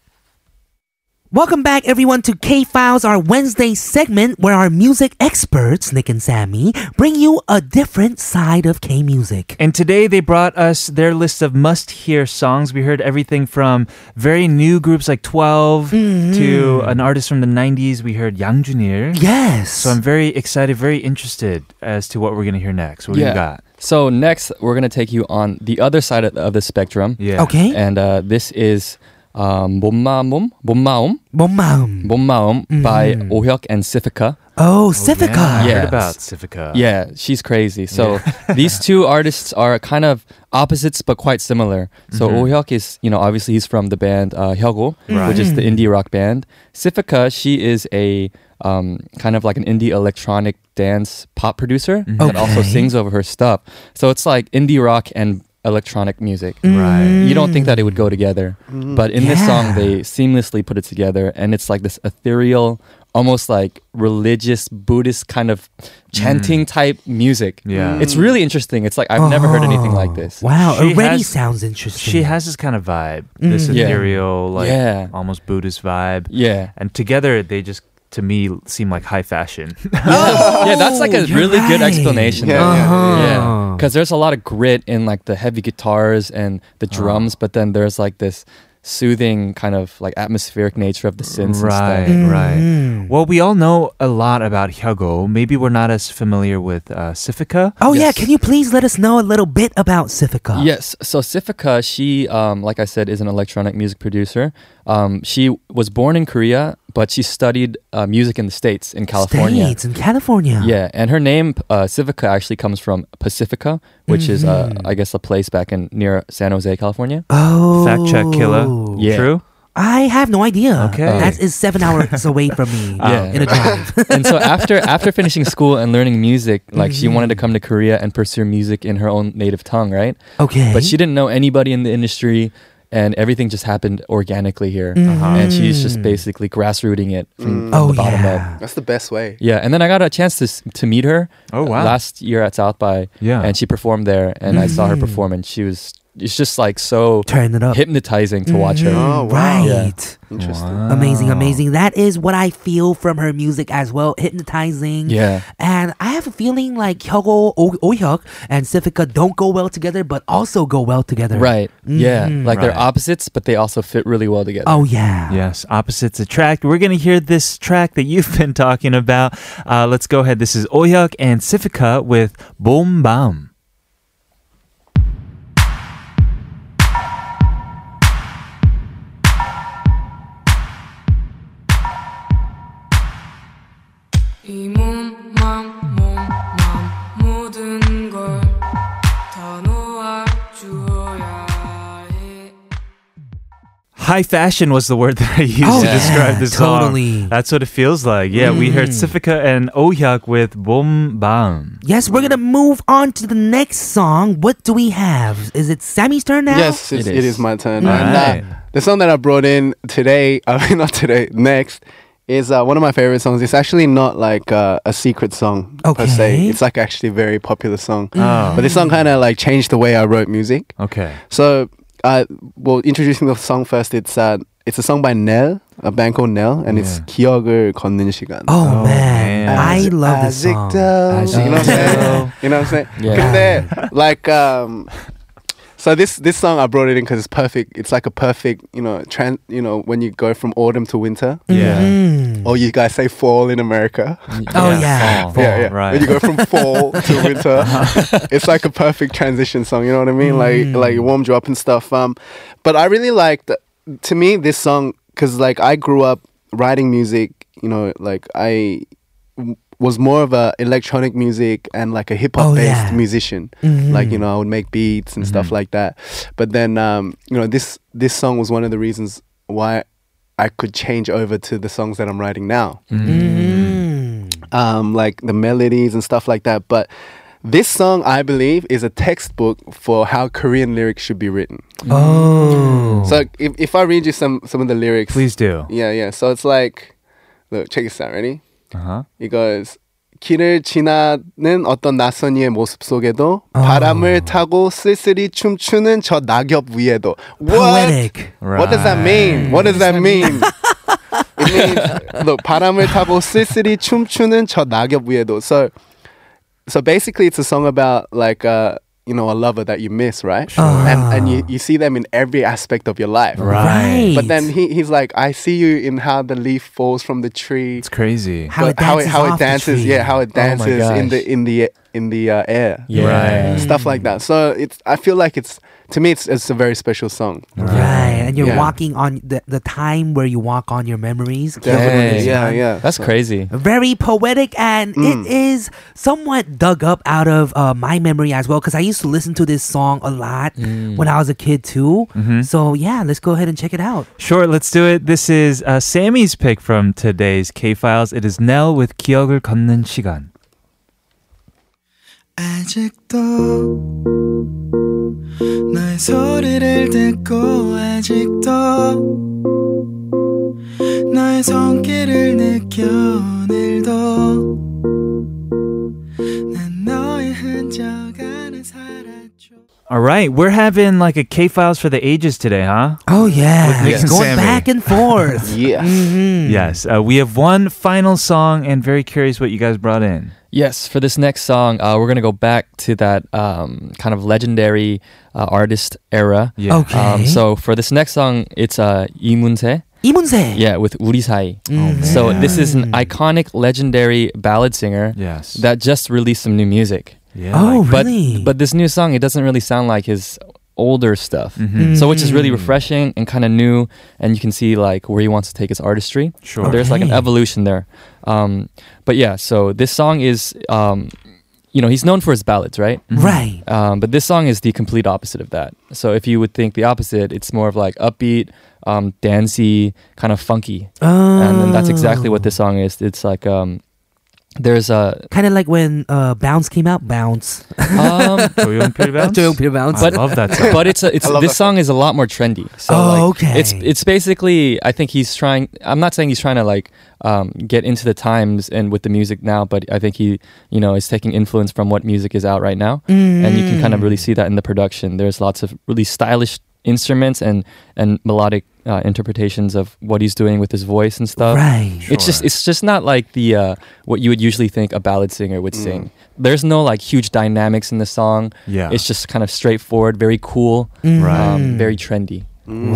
Speaker 2: Welcome back, everyone, to K Files, our Wednesday segment where our music experts, Nick and Sammy, bring you a different side of K music.
Speaker 1: And today they brought us their list of must hear songs. We heard everything from very new groups like 12 to an artist from the 90s. We heard Yang Junir.
Speaker 2: Yes.
Speaker 1: So I'm very excited, very interested as to what we're going to hear next. What do you got?
Speaker 7: So next, we're gonna take you on the other side of, of the spectrum.
Speaker 1: Yeah.
Speaker 2: okay.
Speaker 7: And uh, this is um, 몸마음, 몸마음,
Speaker 2: 뭔 마음.
Speaker 7: 몸마음 by Ohyuk and Sifika.
Speaker 2: Oh, Civica.
Speaker 1: Yeah. I
Speaker 7: Yeah.
Speaker 1: heard about Civica.
Speaker 7: Yeah, she's crazy. So these two artists are kind of opposites but quite similar. So Oh Hyuk is, you know, obviously he's from the band uh, Hyogo, which is the indie rock band. Sifika, she is a um, kind of like an indie electronic dance pop producer that also
Speaker 2: Okay.
Speaker 7: sings over her stuff. So it's like indie rock and electronic music.
Speaker 2: Mm.
Speaker 1: Right.
Speaker 7: You don't think that it would go together, but in this
Speaker 2: Yeah.
Speaker 7: song they seamlessly put it together, and it's like this ethereal, almost like religious Buddhist kind of chanting type music.
Speaker 1: Yeah.
Speaker 7: it's really interesting. It's like I've never heard anything like
Speaker 2: Oh,
Speaker 7: this.
Speaker 2: Wow,
Speaker 1: She
Speaker 2: already
Speaker 1: has-
Speaker 2: sounds interesting.
Speaker 1: She has this kind of vibe, this
Speaker 7: Mm-hmm. Yeah.
Speaker 1: ethereal, like
Speaker 7: Yeah.
Speaker 1: almost Buddhist vibe.
Speaker 7: Yeah,
Speaker 1: And together they just, to me, seem like high fashion.
Speaker 7: yeah, that's like a
Speaker 2: you're
Speaker 7: really good
Speaker 2: right.
Speaker 7: explanation.
Speaker 6: Yeah,
Speaker 7: though.
Speaker 6: yeah,
Speaker 2: Uh-huh.
Speaker 7: Yeah, because there's a lot of grit in like the heavy guitars and the drums, but then there's like this soothing kind of like atmospheric nature of the synths
Speaker 1: Right,
Speaker 7: and stuff.
Speaker 2: Mm. Mm-hmm.
Speaker 1: right. Well, we all know a lot about Hyogo. Maybe we're not as familiar with uh, Sifika.
Speaker 2: Oh yeah,
Speaker 7: Yes.
Speaker 2: can you please let us know a little bit about Civica?
Speaker 7: Yes. So Sifika, she, um, like I said, is an electronic music producer. Um, she was born in Korea, but she studied uh, music in the States, in California.
Speaker 2: States in California.
Speaker 7: Yeah, and her name uh, Civica actually comes from Pacifica, which is uh, I guess a place back in near San Jose, California.
Speaker 2: Oh.
Speaker 1: Fact check killer.
Speaker 7: Oh. Yeah.
Speaker 1: True?
Speaker 2: I have no idea.
Speaker 1: Okay.
Speaker 2: That is seven hours away from me. uh,
Speaker 7: Yeah.
Speaker 2: In a drive.
Speaker 7: and so after after finishing school and learning music, like she wanted to come to Korea and pursue music in her own native tongue, right?
Speaker 2: okay.
Speaker 7: But she didn't know anybody in the industry. And everything just happened organically here, and she's just basically grassrooting it
Speaker 1: Mm.
Speaker 7: from, from
Speaker 2: Mm-hmm. Oh,
Speaker 7: the bottom
Speaker 2: yeah.
Speaker 7: up.
Speaker 6: That's the best way.
Speaker 7: Yeah, and then I got a chance to s- to meet her.
Speaker 1: Oh, wow.
Speaker 7: Last year at South by.
Speaker 1: Yeah.
Speaker 7: and she performed there, and I saw her perform, and she was it's just like so
Speaker 2: Mm-hmm. Turn it up. Mm-hmm.
Speaker 7: hypnotizing to watch her. Oh.
Speaker 6: Oh, wow.
Speaker 2: Right.
Speaker 6: Interesting.
Speaker 2: Amazing, amazing. That is what I feel from her music as well. Hypnotizing.
Speaker 7: Yeah.
Speaker 2: And I have a feeling like Hyogo oh, Ohyuk and Sifika don't go well together, but also go well together.
Speaker 7: Right. Yeah.
Speaker 2: Mhm.
Speaker 7: Like they're
Speaker 1: Right.
Speaker 7: opposites, but they also fit really well together.
Speaker 2: Oh, yeah.
Speaker 1: Yes, opposites attract. We're going to hear this track that you've been talking about. Uh, let's go ahead. This is Oyuk and Sifika with Boom Bam. High fashion was the word that I used
Speaker 2: Oh,
Speaker 1: to
Speaker 2: yeah,
Speaker 1: describe this
Speaker 2: totally. Mm.
Speaker 1: song. That's what it feels like. Yeah, we heard Sifika and Oyuk with Boom Bam.
Speaker 2: Yes, we're going to move on to the next song. What do we have? Is it Sammy's turn now?
Speaker 6: Yes, it's,
Speaker 7: It
Speaker 6: it is.
Speaker 7: is.
Speaker 6: my turn.
Speaker 1: All
Speaker 6: And, uh,
Speaker 1: right.
Speaker 6: the song that I brought in today, I mean, not today, next, is uh, one of my favorite songs. It's actually not like uh, a secret song per
Speaker 2: Okay.
Speaker 6: se. It's like actually a very popular song.
Speaker 1: Oh.
Speaker 6: But this song kind of like changed the way I wrote music.
Speaker 1: Okay.
Speaker 6: So, uh, well, introducing the song first, it's uh, it's a song by Nell, a band called Nell, and it's 기억을 걷는 시간.
Speaker 2: Oh,
Speaker 1: Oh,
Speaker 2: man.
Speaker 1: man.
Speaker 2: I love this
Speaker 6: Isaac
Speaker 2: song.
Speaker 6: Doe. You know what I'm saying? you know what I'm saying?
Speaker 7: Yeah.
Speaker 6: 근데, like, um, so this this song I brought it in because it's perfect. It's like a perfect, you know, tran- you know, when you go from autumn to winter,
Speaker 1: Yeah.
Speaker 2: Mm.
Speaker 6: or you guys say fall in America.
Speaker 2: Oh, yeah.
Speaker 1: Fall.
Speaker 6: yeah, yeah.
Speaker 1: Right.
Speaker 6: When you go from fall to winter,
Speaker 2: Uh-huh.
Speaker 6: it's like a perfect transition song. You know what I mean?
Speaker 2: Hmm.
Speaker 6: Like, like it warms you up and stuff. Um, but I really liked. To me, this song because like I grew up writing music. You know, like I w- was more of a electronic music and like a hip
Speaker 2: Oh,
Speaker 6: hop based
Speaker 2: yeah. Hmm.
Speaker 6: musician.
Speaker 2: Mm-hmm.
Speaker 6: Like you know, I would make beats and stuff like that. But then um, you know, this this song was one of the reasons why I could change over to the songs that I'm writing now
Speaker 2: Mm.
Speaker 6: um, like the melodies and stuff like that. But this song, I believe, is a textbook for how Korean lyrics should be written.
Speaker 2: Oh.
Speaker 6: So if, if I read you some, some of the lyrics.
Speaker 1: Please do.
Speaker 6: Yeah, yeah. So it's like, look, check this out. Ready?
Speaker 1: Uh-huh.
Speaker 6: It goes, 길을 지나는 어떤 낯선 이의 모습 속에도 바람을 타고 쓸쓸히 춤추는 저 낙엽 위에도. What?
Speaker 2: Poetic.
Speaker 6: What does that mean? What does that mean? it means look, 바람을 타고 쓸쓸히 춤추는 저 낙엽 위에도. So, so basically, it's a song about like uh, you know a lover that you miss, right? And and you, you see them in every aspect of your life.
Speaker 1: Right.
Speaker 6: But then he, he's like, I see you in how the leaf falls from the tree.
Speaker 1: It's crazy.
Speaker 2: how it
Speaker 6: but how it
Speaker 2: dances
Speaker 6: how
Speaker 2: off
Speaker 6: it
Speaker 2: the
Speaker 6: dances,
Speaker 2: tree.
Speaker 6: yeah, how it dances in the
Speaker 7: gosh.
Speaker 6: in the in the uh, air,
Speaker 7: Yeah.
Speaker 1: Right.
Speaker 6: stuff like that. So it's I feel like it's to me it's it's a very special song.
Speaker 2: Right, and you're
Speaker 6: Yeah.
Speaker 2: walking on the, the time where you walk on your memories.
Speaker 6: Definitely, yeah, yeah.
Speaker 7: That's crazy.
Speaker 2: Very poetic, and
Speaker 6: Mm.
Speaker 2: it is somewhat dug up out of uh, my memory as well because I used to listen to this song a lot
Speaker 6: Mm.
Speaker 2: when I was a kid too.
Speaker 7: Mm-hmm.
Speaker 2: So yeah, let's go ahead and check it out.
Speaker 1: Sure, let's do it. This is uh, Sammy's pick from today's K Files. It is Nell with 기억을 걷는 시간.
Speaker 9: 아직도 너의 소리를 듣고 아직도 너의 손길을 느껴 오늘도 난 너의 흔적 안에 살았죠
Speaker 1: All right, we're having like a K Files for the ages today, huh?
Speaker 2: Oh yeah,
Speaker 1: With Nick
Speaker 2: it's
Speaker 1: and
Speaker 2: going
Speaker 1: Sammy.
Speaker 2: back and forth.
Speaker 6: Yes.
Speaker 2: Mm.
Speaker 1: Yes, uh, we have one final song, and very curious what you guys brought in.
Speaker 7: Yes, for this next song, uh, we're gonna go back to that um, kind of legendary uh, artist era.
Speaker 1: Yeah.
Speaker 2: Okay.
Speaker 7: Um, so for this next song, it's uh, 이문세.
Speaker 2: 이문세.
Speaker 7: Yeah, with 우리 사이.
Speaker 6: Oh,
Speaker 2: Mm-hmm.
Speaker 7: so this is an iconic, legendary ballad singer
Speaker 1: Yes.
Speaker 7: that just released some new music.
Speaker 1: yeah.
Speaker 2: Oh
Speaker 1: like-
Speaker 7: But
Speaker 2: really?
Speaker 7: but this new song, it doesn't really sound like his older stuff.
Speaker 1: Mhm.
Speaker 7: So which is really
Speaker 2: Oh. Mm.
Speaker 7: refreshing and kind of new, and you can see like where he wants to take his artistry.
Speaker 1: Sure.
Speaker 7: There's like an
Speaker 2: Okay.
Speaker 7: evolution there. Um, but yeah, so this song is, um, you know, he's known for his ballads, right?
Speaker 2: Right.
Speaker 7: Um, but this song is the complete opposite of that. So if you would think the opposite, it's more of like upbeat, um, dancey, kind of funky, and then that's exactly
Speaker 2: Oh.
Speaker 7: what this song is. It's like um, there's a
Speaker 2: Kind of like when uh, Bounce came out. Bounce.
Speaker 7: um,
Speaker 1: 조용 필
Speaker 2: 조용 필 bounce.
Speaker 1: I love that song.
Speaker 7: but it's a, it's
Speaker 6: love
Speaker 7: this
Speaker 6: that
Speaker 7: song is a lot more trendy. So
Speaker 2: Oh,
Speaker 7: like,
Speaker 2: okay.
Speaker 7: It's it's basically I think he's trying. I'm not saying he's trying to like um, get into the times and with the music now, but I think he you know is taking influence from what music is out right now, and you can kind of really
Speaker 2: Mm.
Speaker 7: see that in the production. There's lots of really stylish instruments and and melodic uh, interpretations of what he's doing with his voice and stuff.
Speaker 2: Mm. right.
Speaker 7: It's just it's just not like the uh, what you would usually think a ballad singer
Speaker 6: Mm.
Speaker 7: would sing. There's no like huge dynamics in the song.
Speaker 1: Yeah.
Speaker 7: It's just kind of straightforward, very cool,
Speaker 1: Right.
Speaker 2: Hmm. Mm.
Speaker 7: um, very trendy.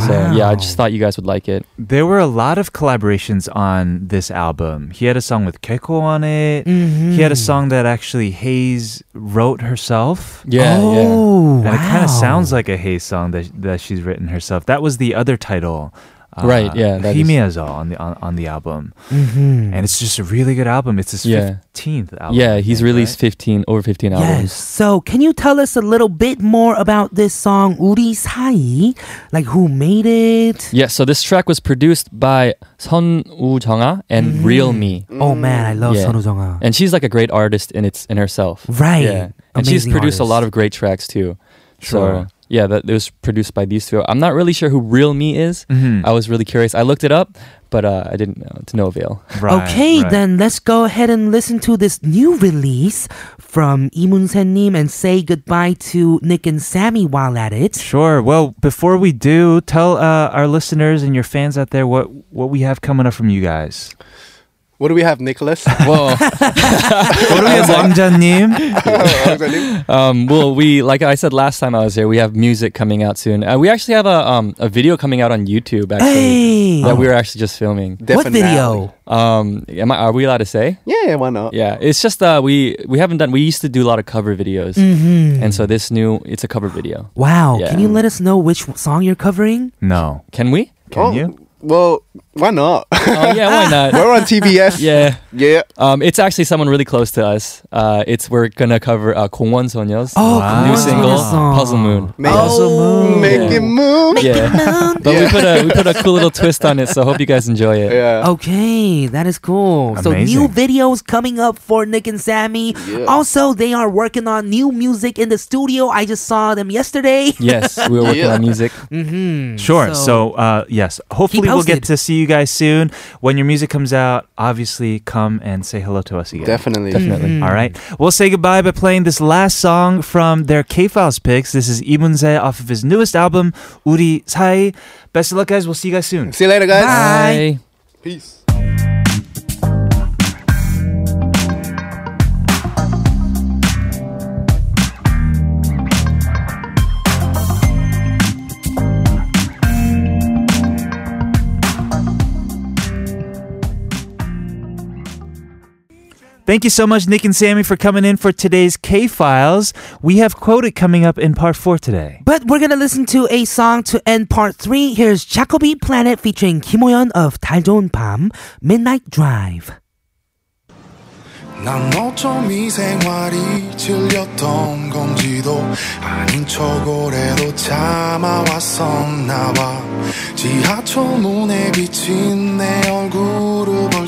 Speaker 7: So yeah, I just thought you guys would like it.
Speaker 1: There were a lot of collaborations on this album. He had a song with Keiko on it.
Speaker 7: Mm-hmm.
Speaker 1: He had a song that actually Hayes wrote herself.
Speaker 7: Yeah,
Speaker 2: Oh,
Speaker 1: And
Speaker 2: wow.
Speaker 1: it kind of sounds like a Hayes song that that she's written herself. That was the other title.
Speaker 7: Right, yeah, that is- Mm-hmm.
Speaker 1: Himiyazo on the on, on the album, and it's just a really good album. It's his
Speaker 7: Yeah.
Speaker 1: fifteenth album. I
Speaker 7: yeah. Yeah, he's
Speaker 1: think,
Speaker 7: released
Speaker 1: right?
Speaker 7: 15 over 15
Speaker 2: Yes.
Speaker 7: albums.
Speaker 2: So, can you tell us a little bit more about this song, 우리 사이? Like, who made it?
Speaker 7: Yeah, so this track was produced by Sun Woo Jung-ah
Speaker 2: Hmm.
Speaker 7: and Real Me.
Speaker 2: Oh man, I love
Speaker 7: Yeah.
Speaker 2: Son Ujong.
Speaker 7: And she's like a great artist in its in herself.
Speaker 2: Right.
Speaker 7: Yeah. And she's
Speaker 2: Amazing
Speaker 7: produced a
Speaker 2: artist.
Speaker 7: lot of great tracks too.
Speaker 1: Sure.
Speaker 7: So yeah, that it was produced by these two. I'm not really sure who Real Me is.
Speaker 2: Mm-hmm.
Speaker 1: Mm-hmm.
Speaker 7: I was really curious. I looked it up, but uh, I didn't know. To no avail.
Speaker 1: Right,
Speaker 2: okay,
Speaker 1: right.
Speaker 2: then let's go ahead and listen to this new release from Imun Senim and say goodbye to Nick and Sammy while at it.
Speaker 1: Sure. Well, before we do, tell uh, our listeners and your fans out there what what we have coming up from you guys.
Speaker 6: What do we have, Nicholas?
Speaker 7: Whoa.
Speaker 1: 왕자님.
Speaker 7: um, well, we like I said last time I was here, we have music coming out soon. Uh, we actually have a um, a video coming out on YouTube actually
Speaker 2: Hey,
Speaker 7: that we were actually just filming.
Speaker 2: what video?
Speaker 7: Um, am I, are we allowed to say?
Speaker 6: Yeah, why not?
Speaker 7: Yeah, it's just uh, we we haven't done. We used to do a lot of cover videos,
Speaker 2: Mm-hmm.
Speaker 7: and so this new it's a cover video.
Speaker 2: Wow,
Speaker 7: Yeah.
Speaker 2: can you let us know which song you're covering?
Speaker 1: No.
Speaker 7: Can we?
Speaker 1: Can
Speaker 6: oh,
Speaker 1: you?
Speaker 6: Well, why not?
Speaker 7: Oh yeah, why not?
Speaker 6: We're on TBS.
Speaker 7: yeah.
Speaker 6: Yeah.
Speaker 7: Um, it's actually someone really close to us. Uh, it's we're gonna cover uh, 공원 소녀's
Speaker 2: Oh,
Speaker 1: Wow.
Speaker 7: new
Speaker 2: Kwon
Speaker 7: single
Speaker 2: Sona's song.
Speaker 7: Puzzle Moon.
Speaker 6: Make,
Speaker 1: Oh.
Speaker 6: make
Speaker 7: Yeah.
Speaker 6: it move.
Speaker 7: Yeah, but we put a we put a cool little twist on it. So hope you guys enjoy it.
Speaker 6: Yeah.
Speaker 2: Okay, that is cool. So new
Speaker 1: Amazing.
Speaker 2: videos coming up for Nick and Sammy. Also, they are working on new music in the studio. I just saw them yesterday.
Speaker 7: Yes, we were working
Speaker 6: Yeah.
Speaker 7: on music.
Speaker 2: Mm-hmm.
Speaker 1: Sure. So, uh, yes, hopefully we'll get to
Speaker 2: posted.
Speaker 1: see you guys soon. When your music comes out, obviously come and say hello to us again.
Speaker 6: Definitely.
Speaker 7: Definitely.
Speaker 1: All right. We'll say goodbye by playing this last song from their K Files picks. This is Imunze off of his newest album, Uri Sai. Best of luck, guys. We'll see you guys soon.
Speaker 6: See you later, guys.
Speaker 7: Bye.
Speaker 6: Peace.
Speaker 1: Thank you so much, Nick and Sammy, for coming in for today's K Files. We have quoted coming up in part four today.
Speaker 2: But we're gonna listen to a song to end part three. Here's Jacoby Planet featuring Kim Oyeon of 달좋은 밤, Midnight Drive.
Speaker 9: 난 어쩜 이 생활이 질렸던 건지도 아닌 척 오래도 참아왔었나 봐 지하철 문에 비친 내 얼굴을 볼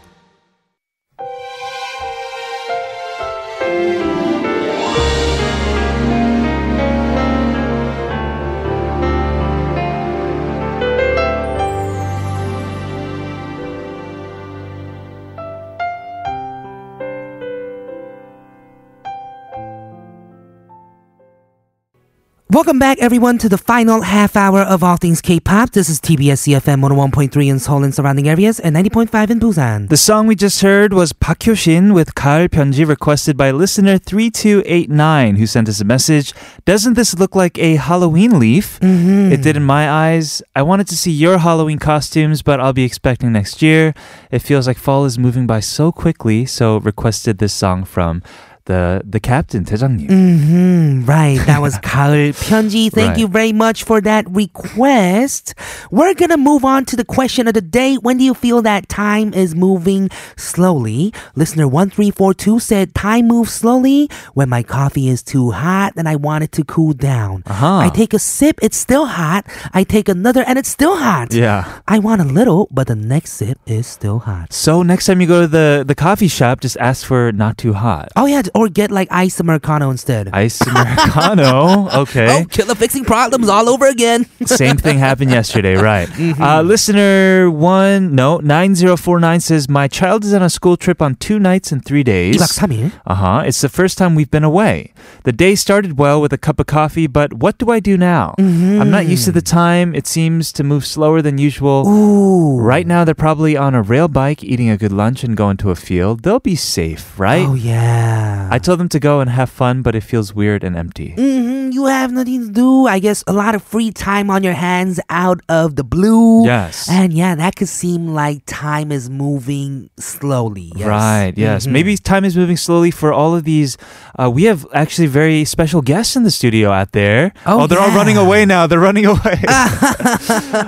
Speaker 2: Welcome back, everyone, to the final half hour of All Things K-pop. This is TBS CFM 101.3 in Seoul and surrounding areas and 90.5 in Busan.
Speaker 1: The song we just heard was Park Hyo-shin with 가을 편지 requested by listener 3289 who sent us a message. Doesn't this look like a Halloween leaf? It did in my eyes. I wanted to see your Halloween costumes, but I'll be expecting next year. It feels like fall is moving by so quickly, so requested this song from the the captain, 대장님.
Speaker 2: hmm right. That was 가을 편지. Thank
Speaker 1: Right.
Speaker 2: you very much for that request. We're going to move on to the question of the day. When do you feel that time is moving slowly? Listener 1342 said, Time moves slowly when my coffee is too hot and I want it to cool down.
Speaker 1: Uh-huh.
Speaker 2: I take a sip, it's still hot. I take another, and it's still hot.
Speaker 1: Yeah.
Speaker 2: I want a little, but the next sip is still hot.
Speaker 1: So next time you go to the, the coffee shop, just ask for not too hot.
Speaker 2: Oh, yeah, or get like ice Americano instead.
Speaker 1: Ice Americano. Okay.
Speaker 2: Oh, killer fixing problems all over again.
Speaker 1: Same thing happened yesterday, right?
Speaker 2: Mm-hmm.
Speaker 1: Uh, listener one, no, 9049 says, My child is on a school trip on two nights and three days.
Speaker 2: 2박 3일.
Speaker 1: Uh huh. It's the first time we've been away. The day started well with a cup of coffee, but what do I do now?
Speaker 2: Mm-hmm.
Speaker 1: I'm not used to the time. It seems to move slower than usual.
Speaker 2: Ooh.
Speaker 1: Right now, they're probably on a rail bike, eating a good lunch, and going to a field. They'll be safe, right?
Speaker 2: Oh yeah.
Speaker 1: I told them to go and have fun, but it feels weird and empty.
Speaker 2: hmm You have nothing to do. I guess a lot of free time on your hands out of the blue.
Speaker 1: Yes.
Speaker 2: And yeah, that could seem like time is moving slowly. Yes. Mm-hmm.
Speaker 1: Right, yes. Maybe time is moving slowly for all of these. Uh, we have actually very special guests in the studio out there.
Speaker 2: Oh,
Speaker 1: they're all
Speaker 2: yeah.
Speaker 1: running away now. They're running away.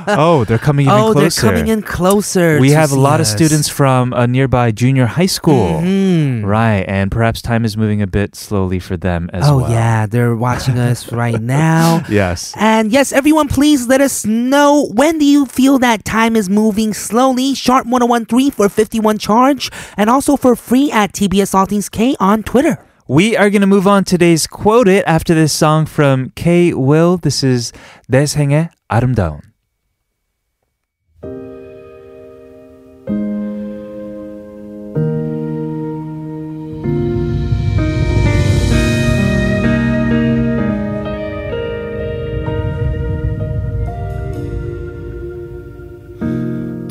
Speaker 1: oh, they're coming even
Speaker 2: oh,
Speaker 1: closer.
Speaker 2: they're coming in closer.
Speaker 1: We
Speaker 2: to
Speaker 1: have a
Speaker 2: see
Speaker 1: lot
Speaker 2: us.
Speaker 1: of students from a nearby junior high school.
Speaker 2: Mhm.
Speaker 1: Right, and perhaps time is moving a bit slowly for them as
Speaker 2: Oh
Speaker 1: well.
Speaker 2: yeah, they're watching us right now.
Speaker 1: Yes.
Speaker 2: And yes, everyone, please let us know when do you feel that time is moving slowly? Sharp 1013 for 51 charge and also for free at TBS All Things K on Twitter.
Speaker 1: We are going to move on today's quote it after this song from K. Will. This is 내 생의 아름다운.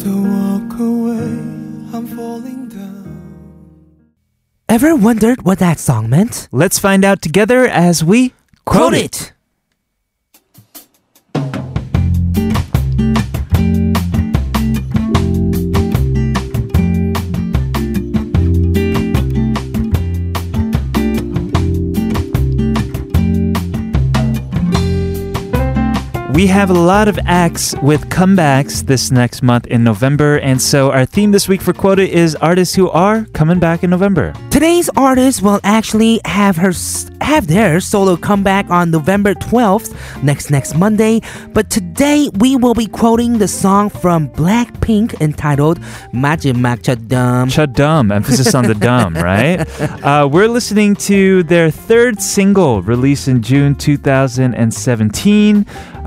Speaker 4: Don't walk away, I'm falling down.
Speaker 2: Ever wondered what that song meant?
Speaker 1: Let's find out together as we quote, it. We have a lot of acts with comebacks this next month in November, and so our theme this week for Quota is artists who are coming back in November.
Speaker 2: Today's artist will actually have her s- have their solo comeback on November 12th, next next Monday. But today we will be quoting the song from Blackpink entitled 마지막 첫담.
Speaker 1: Chadum, emphasis on the dumb, right? Uh, we're listening to their third single released in June 2017.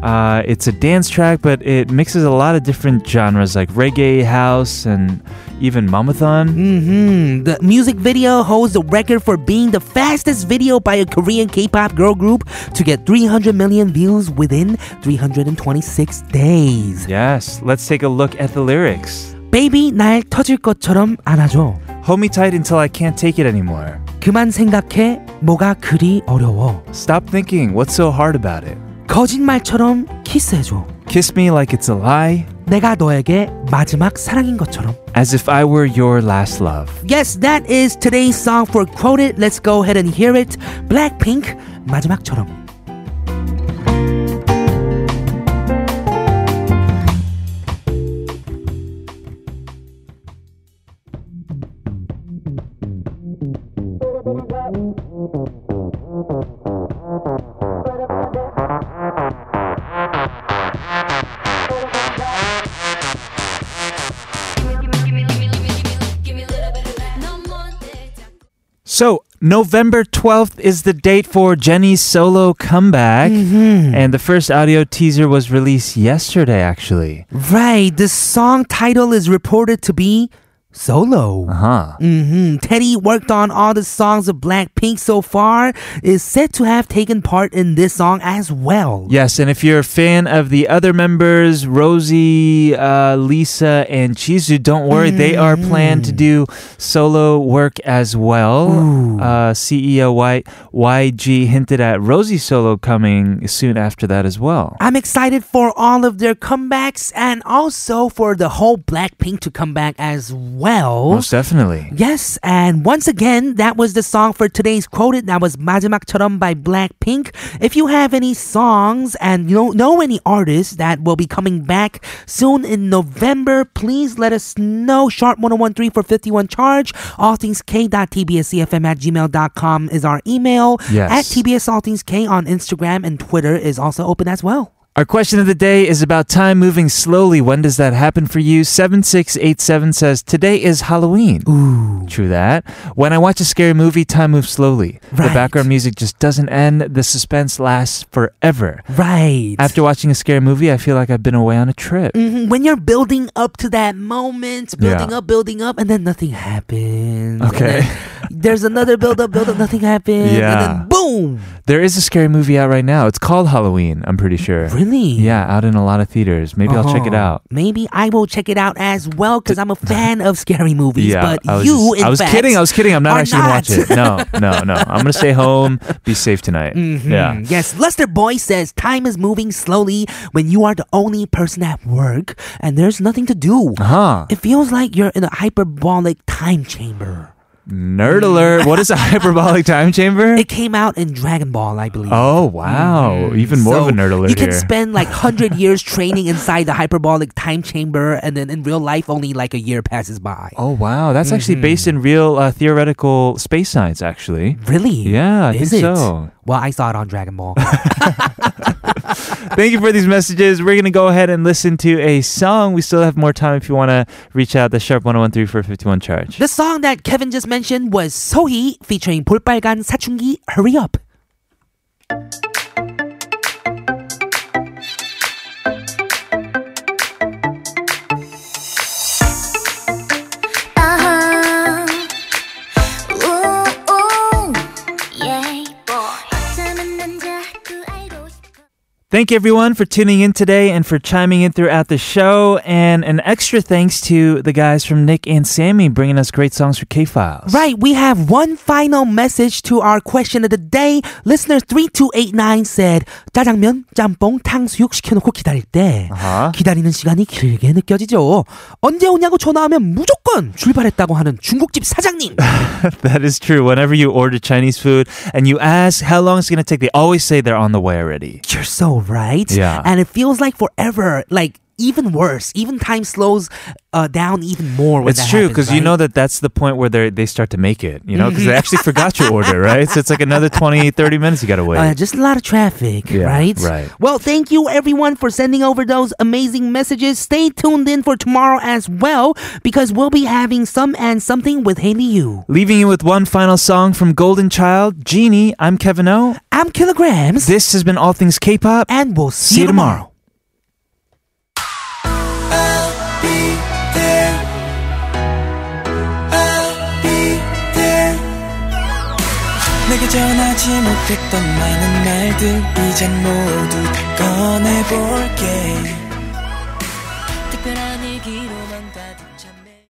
Speaker 1: Uh, it's a dance track, but it mixes a lot of different genres like reggae, house, and even mamathon.
Speaker 2: hmm The music video holds the record for being the fastest video by a Korean K-pop girl group to get 300 million views within 326 days.
Speaker 1: Yes, let's take a look at the lyrics.
Speaker 2: Baby 날 터질 것처럼 안아줘.
Speaker 1: Hold me tight until I can't take it anymore.
Speaker 2: 그만 생각해 뭐가 그리 어려워.
Speaker 1: Stop thinking, what's so hard about it?
Speaker 2: 거짓말처럼 키스해줘.
Speaker 1: Kiss me like it's a lie,
Speaker 2: 내가 너에게 마지막 사랑인 것처럼.
Speaker 1: as if I were your last love.
Speaker 2: Yes, that is today's song for Quoted. Let's go ahead and hear it. Blackpink, 마지막처럼.
Speaker 1: So, November 12th is the date for Jenny's solo comeback. And the first audio teaser was released yesterday, actually.
Speaker 2: Right, the song title is reported to be solo.
Speaker 1: Uh-huh.
Speaker 2: hmm Teddy worked on all the songs of Blackpink so far, is said to have taken part in this song as well.
Speaker 1: Yes, and if you're a fan of the other members, Rosie, uh, Lisa, and Chizu, don't worry, they are planned to do solo work as well. Uh, CEO y- YG hinted at Rosie solo coming soon after that as well.
Speaker 2: I'm excited for all of their comebacks and also for the whole Blackpink to come back as well.
Speaker 1: Most definitely.
Speaker 2: Yes, and once again, that was the song for today's quoted. That was 마지막처럼 by Blackpink. If you have any songs and you know, know any artists that will be coming back soon in November, please let us know. Sharp 1013 for 51 charge. All things K.TBSCFM E at gmail.com is our email.
Speaker 1: Yes.
Speaker 2: At TBS All Things K on Instagram and Twitter is also open as well.
Speaker 1: Our question of the day is about time moving slowly. When does that happen for you? 7687 says, Today is Halloween. Ooh. True that. When I watch a scary movie, time moves slowly. The
Speaker 2: Right.
Speaker 1: background music just doesn't end, the suspense lasts forever.
Speaker 2: Right.
Speaker 1: After watching a scary movie, I feel like I've been away on a trip.
Speaker 2: Mhm. When you're building up to that moment, building
Speaker 1: Yeah.
Speaker 2: up, building up, and then nothing happens. and
Speaker 1: Okay.
Speaker 2: then There's another build up, build up, nothing happens. And
Speaker 1: Yeah.
Speaker 2: then boom.
Speaker 1: There is a scary movie out right now. It's called Halloween, I'm pretty sure.
Speaker 2: Really?
Speaker 1: Yeah, out in a lot of theaters. Maybe I'll check it
Speaker 2: Uh-huh.
Speaker 1: out.
Speaker 2: Maybe I will check it out as well because I'm a fan of scary movies.
Speaker 1: Yeah,
Speaker 2: but
Speaker 1: I was,
Speaker 2: you,
Speaker 1: just- I
Speaker 2: in
Speaker 1: was
Speaker 2: fact,
Speaker 1: kidding. I was kidding. I'm not
Speaker 2: are
Speaker 1: actually going to watch it. No, no, no. I'm going to stay home. Be safe tonight. Yeah.
Speaker 2: Mm, Yes, Lester Boy says time is moving slowly when you are the only person at work and there's nothing to do.
Speaker 1: Huh.
Speaker 2: It feels like you're in a hyperbolic time chamber.
Speaker 1: Nerd alert. What is a hyperbolic time chamber?
Speaker 2: It came out in Dragon Ball, I believe.
Speaker 1: Oh, wow. Even more of a
Speaker 2: So
Speaker 1: nerd alert
Speaker 2: You can
Speaker 1: here.
Speaker 2: spend like 100 years training inside the hyperbolic time chamber, and then in real life, only like a year passes by.
Speaker 1: oh, wow. That's
Speaker 2: Mm-hmm.
Speaker 1: actually based in real uh, theoretical space science, actually.
Speaker 2: Really?
Speaker 1: Yeah, I
Speaker 2: Is
Speaker 1: think
Speaker 2: it?
Speaker 1: so.
Speaker 2: Well, I saw it on Dragon Ball.
Speaker 1: Thank you for these messages. We're going to go ahead and listen to a song. We still have more time if you want to reach out. The Sharp 1013 for 51 charge.
Speaker 2: the song that Kevin just mentioned was Sohi featuring 볼빨간 사춘기 Hurry Up.
Speaker 10: 아하 우우 예이 보이 어쩌면 난 자꾸 알고 싶어
Speaker 1: Thank you, everyone, for tuning in today and for chiming in throughout the show. And an extra thanks to the guys from Nick and Sammy bringing us great songs for K Files.
Speaker 2: Right, we have one final message to our question of the day. Listener 3289 said, 짜장면, 짬뽕, 탕수육 시켜놓고 기다릴 때 기다리는 시간이 길게 느껴지죠. 언제 오냐고 전화하면 무조건 출발했다고 하는 중국집 사장님.
Speaker 1: That is true. Whenever you order Chinese food and you ask how long it's going to take, they always say they're on the way already.
Speaker 2: You're so right.
Speaker 1: Yeah.
Speaker 2: And it feels like forever, like even worse. Even time slows uh, down even more when
Speaker 1: it's
Speaker 2: that
Speaker 1: true
Speaker 2: happens,
Speaker 1: because you
Speaker 2: right?
Speaker 1: know that that's the point where they they start to make it, you know, because they actually forgot your order, right? So it's like another 20, 30 minutes you got to wait.
Speaker 2: Uh, just a lot of traffic,
Speaker 1: Yeah,
Speaker 2: right?
Speaker 1: right.
Speaker 2: Well, thank you everyone for sending over those amazing messages. Stay tuned in for tomorrow as well because we'll be having some and something with Haley Yu.
Speaker 1: Leaving you with one final song from Golden Child, Genie. I'm Kevin O.
Speaker 2: I'm Kilograms,
Speaker 1: This has been All Things K-pop.
Speaker 2: and we'll see,
Speaker 1: See you tomorrow.
Speaker 4: 내게 전하지 못했던 많은 말들 이젠 모두 다 꺼내볼게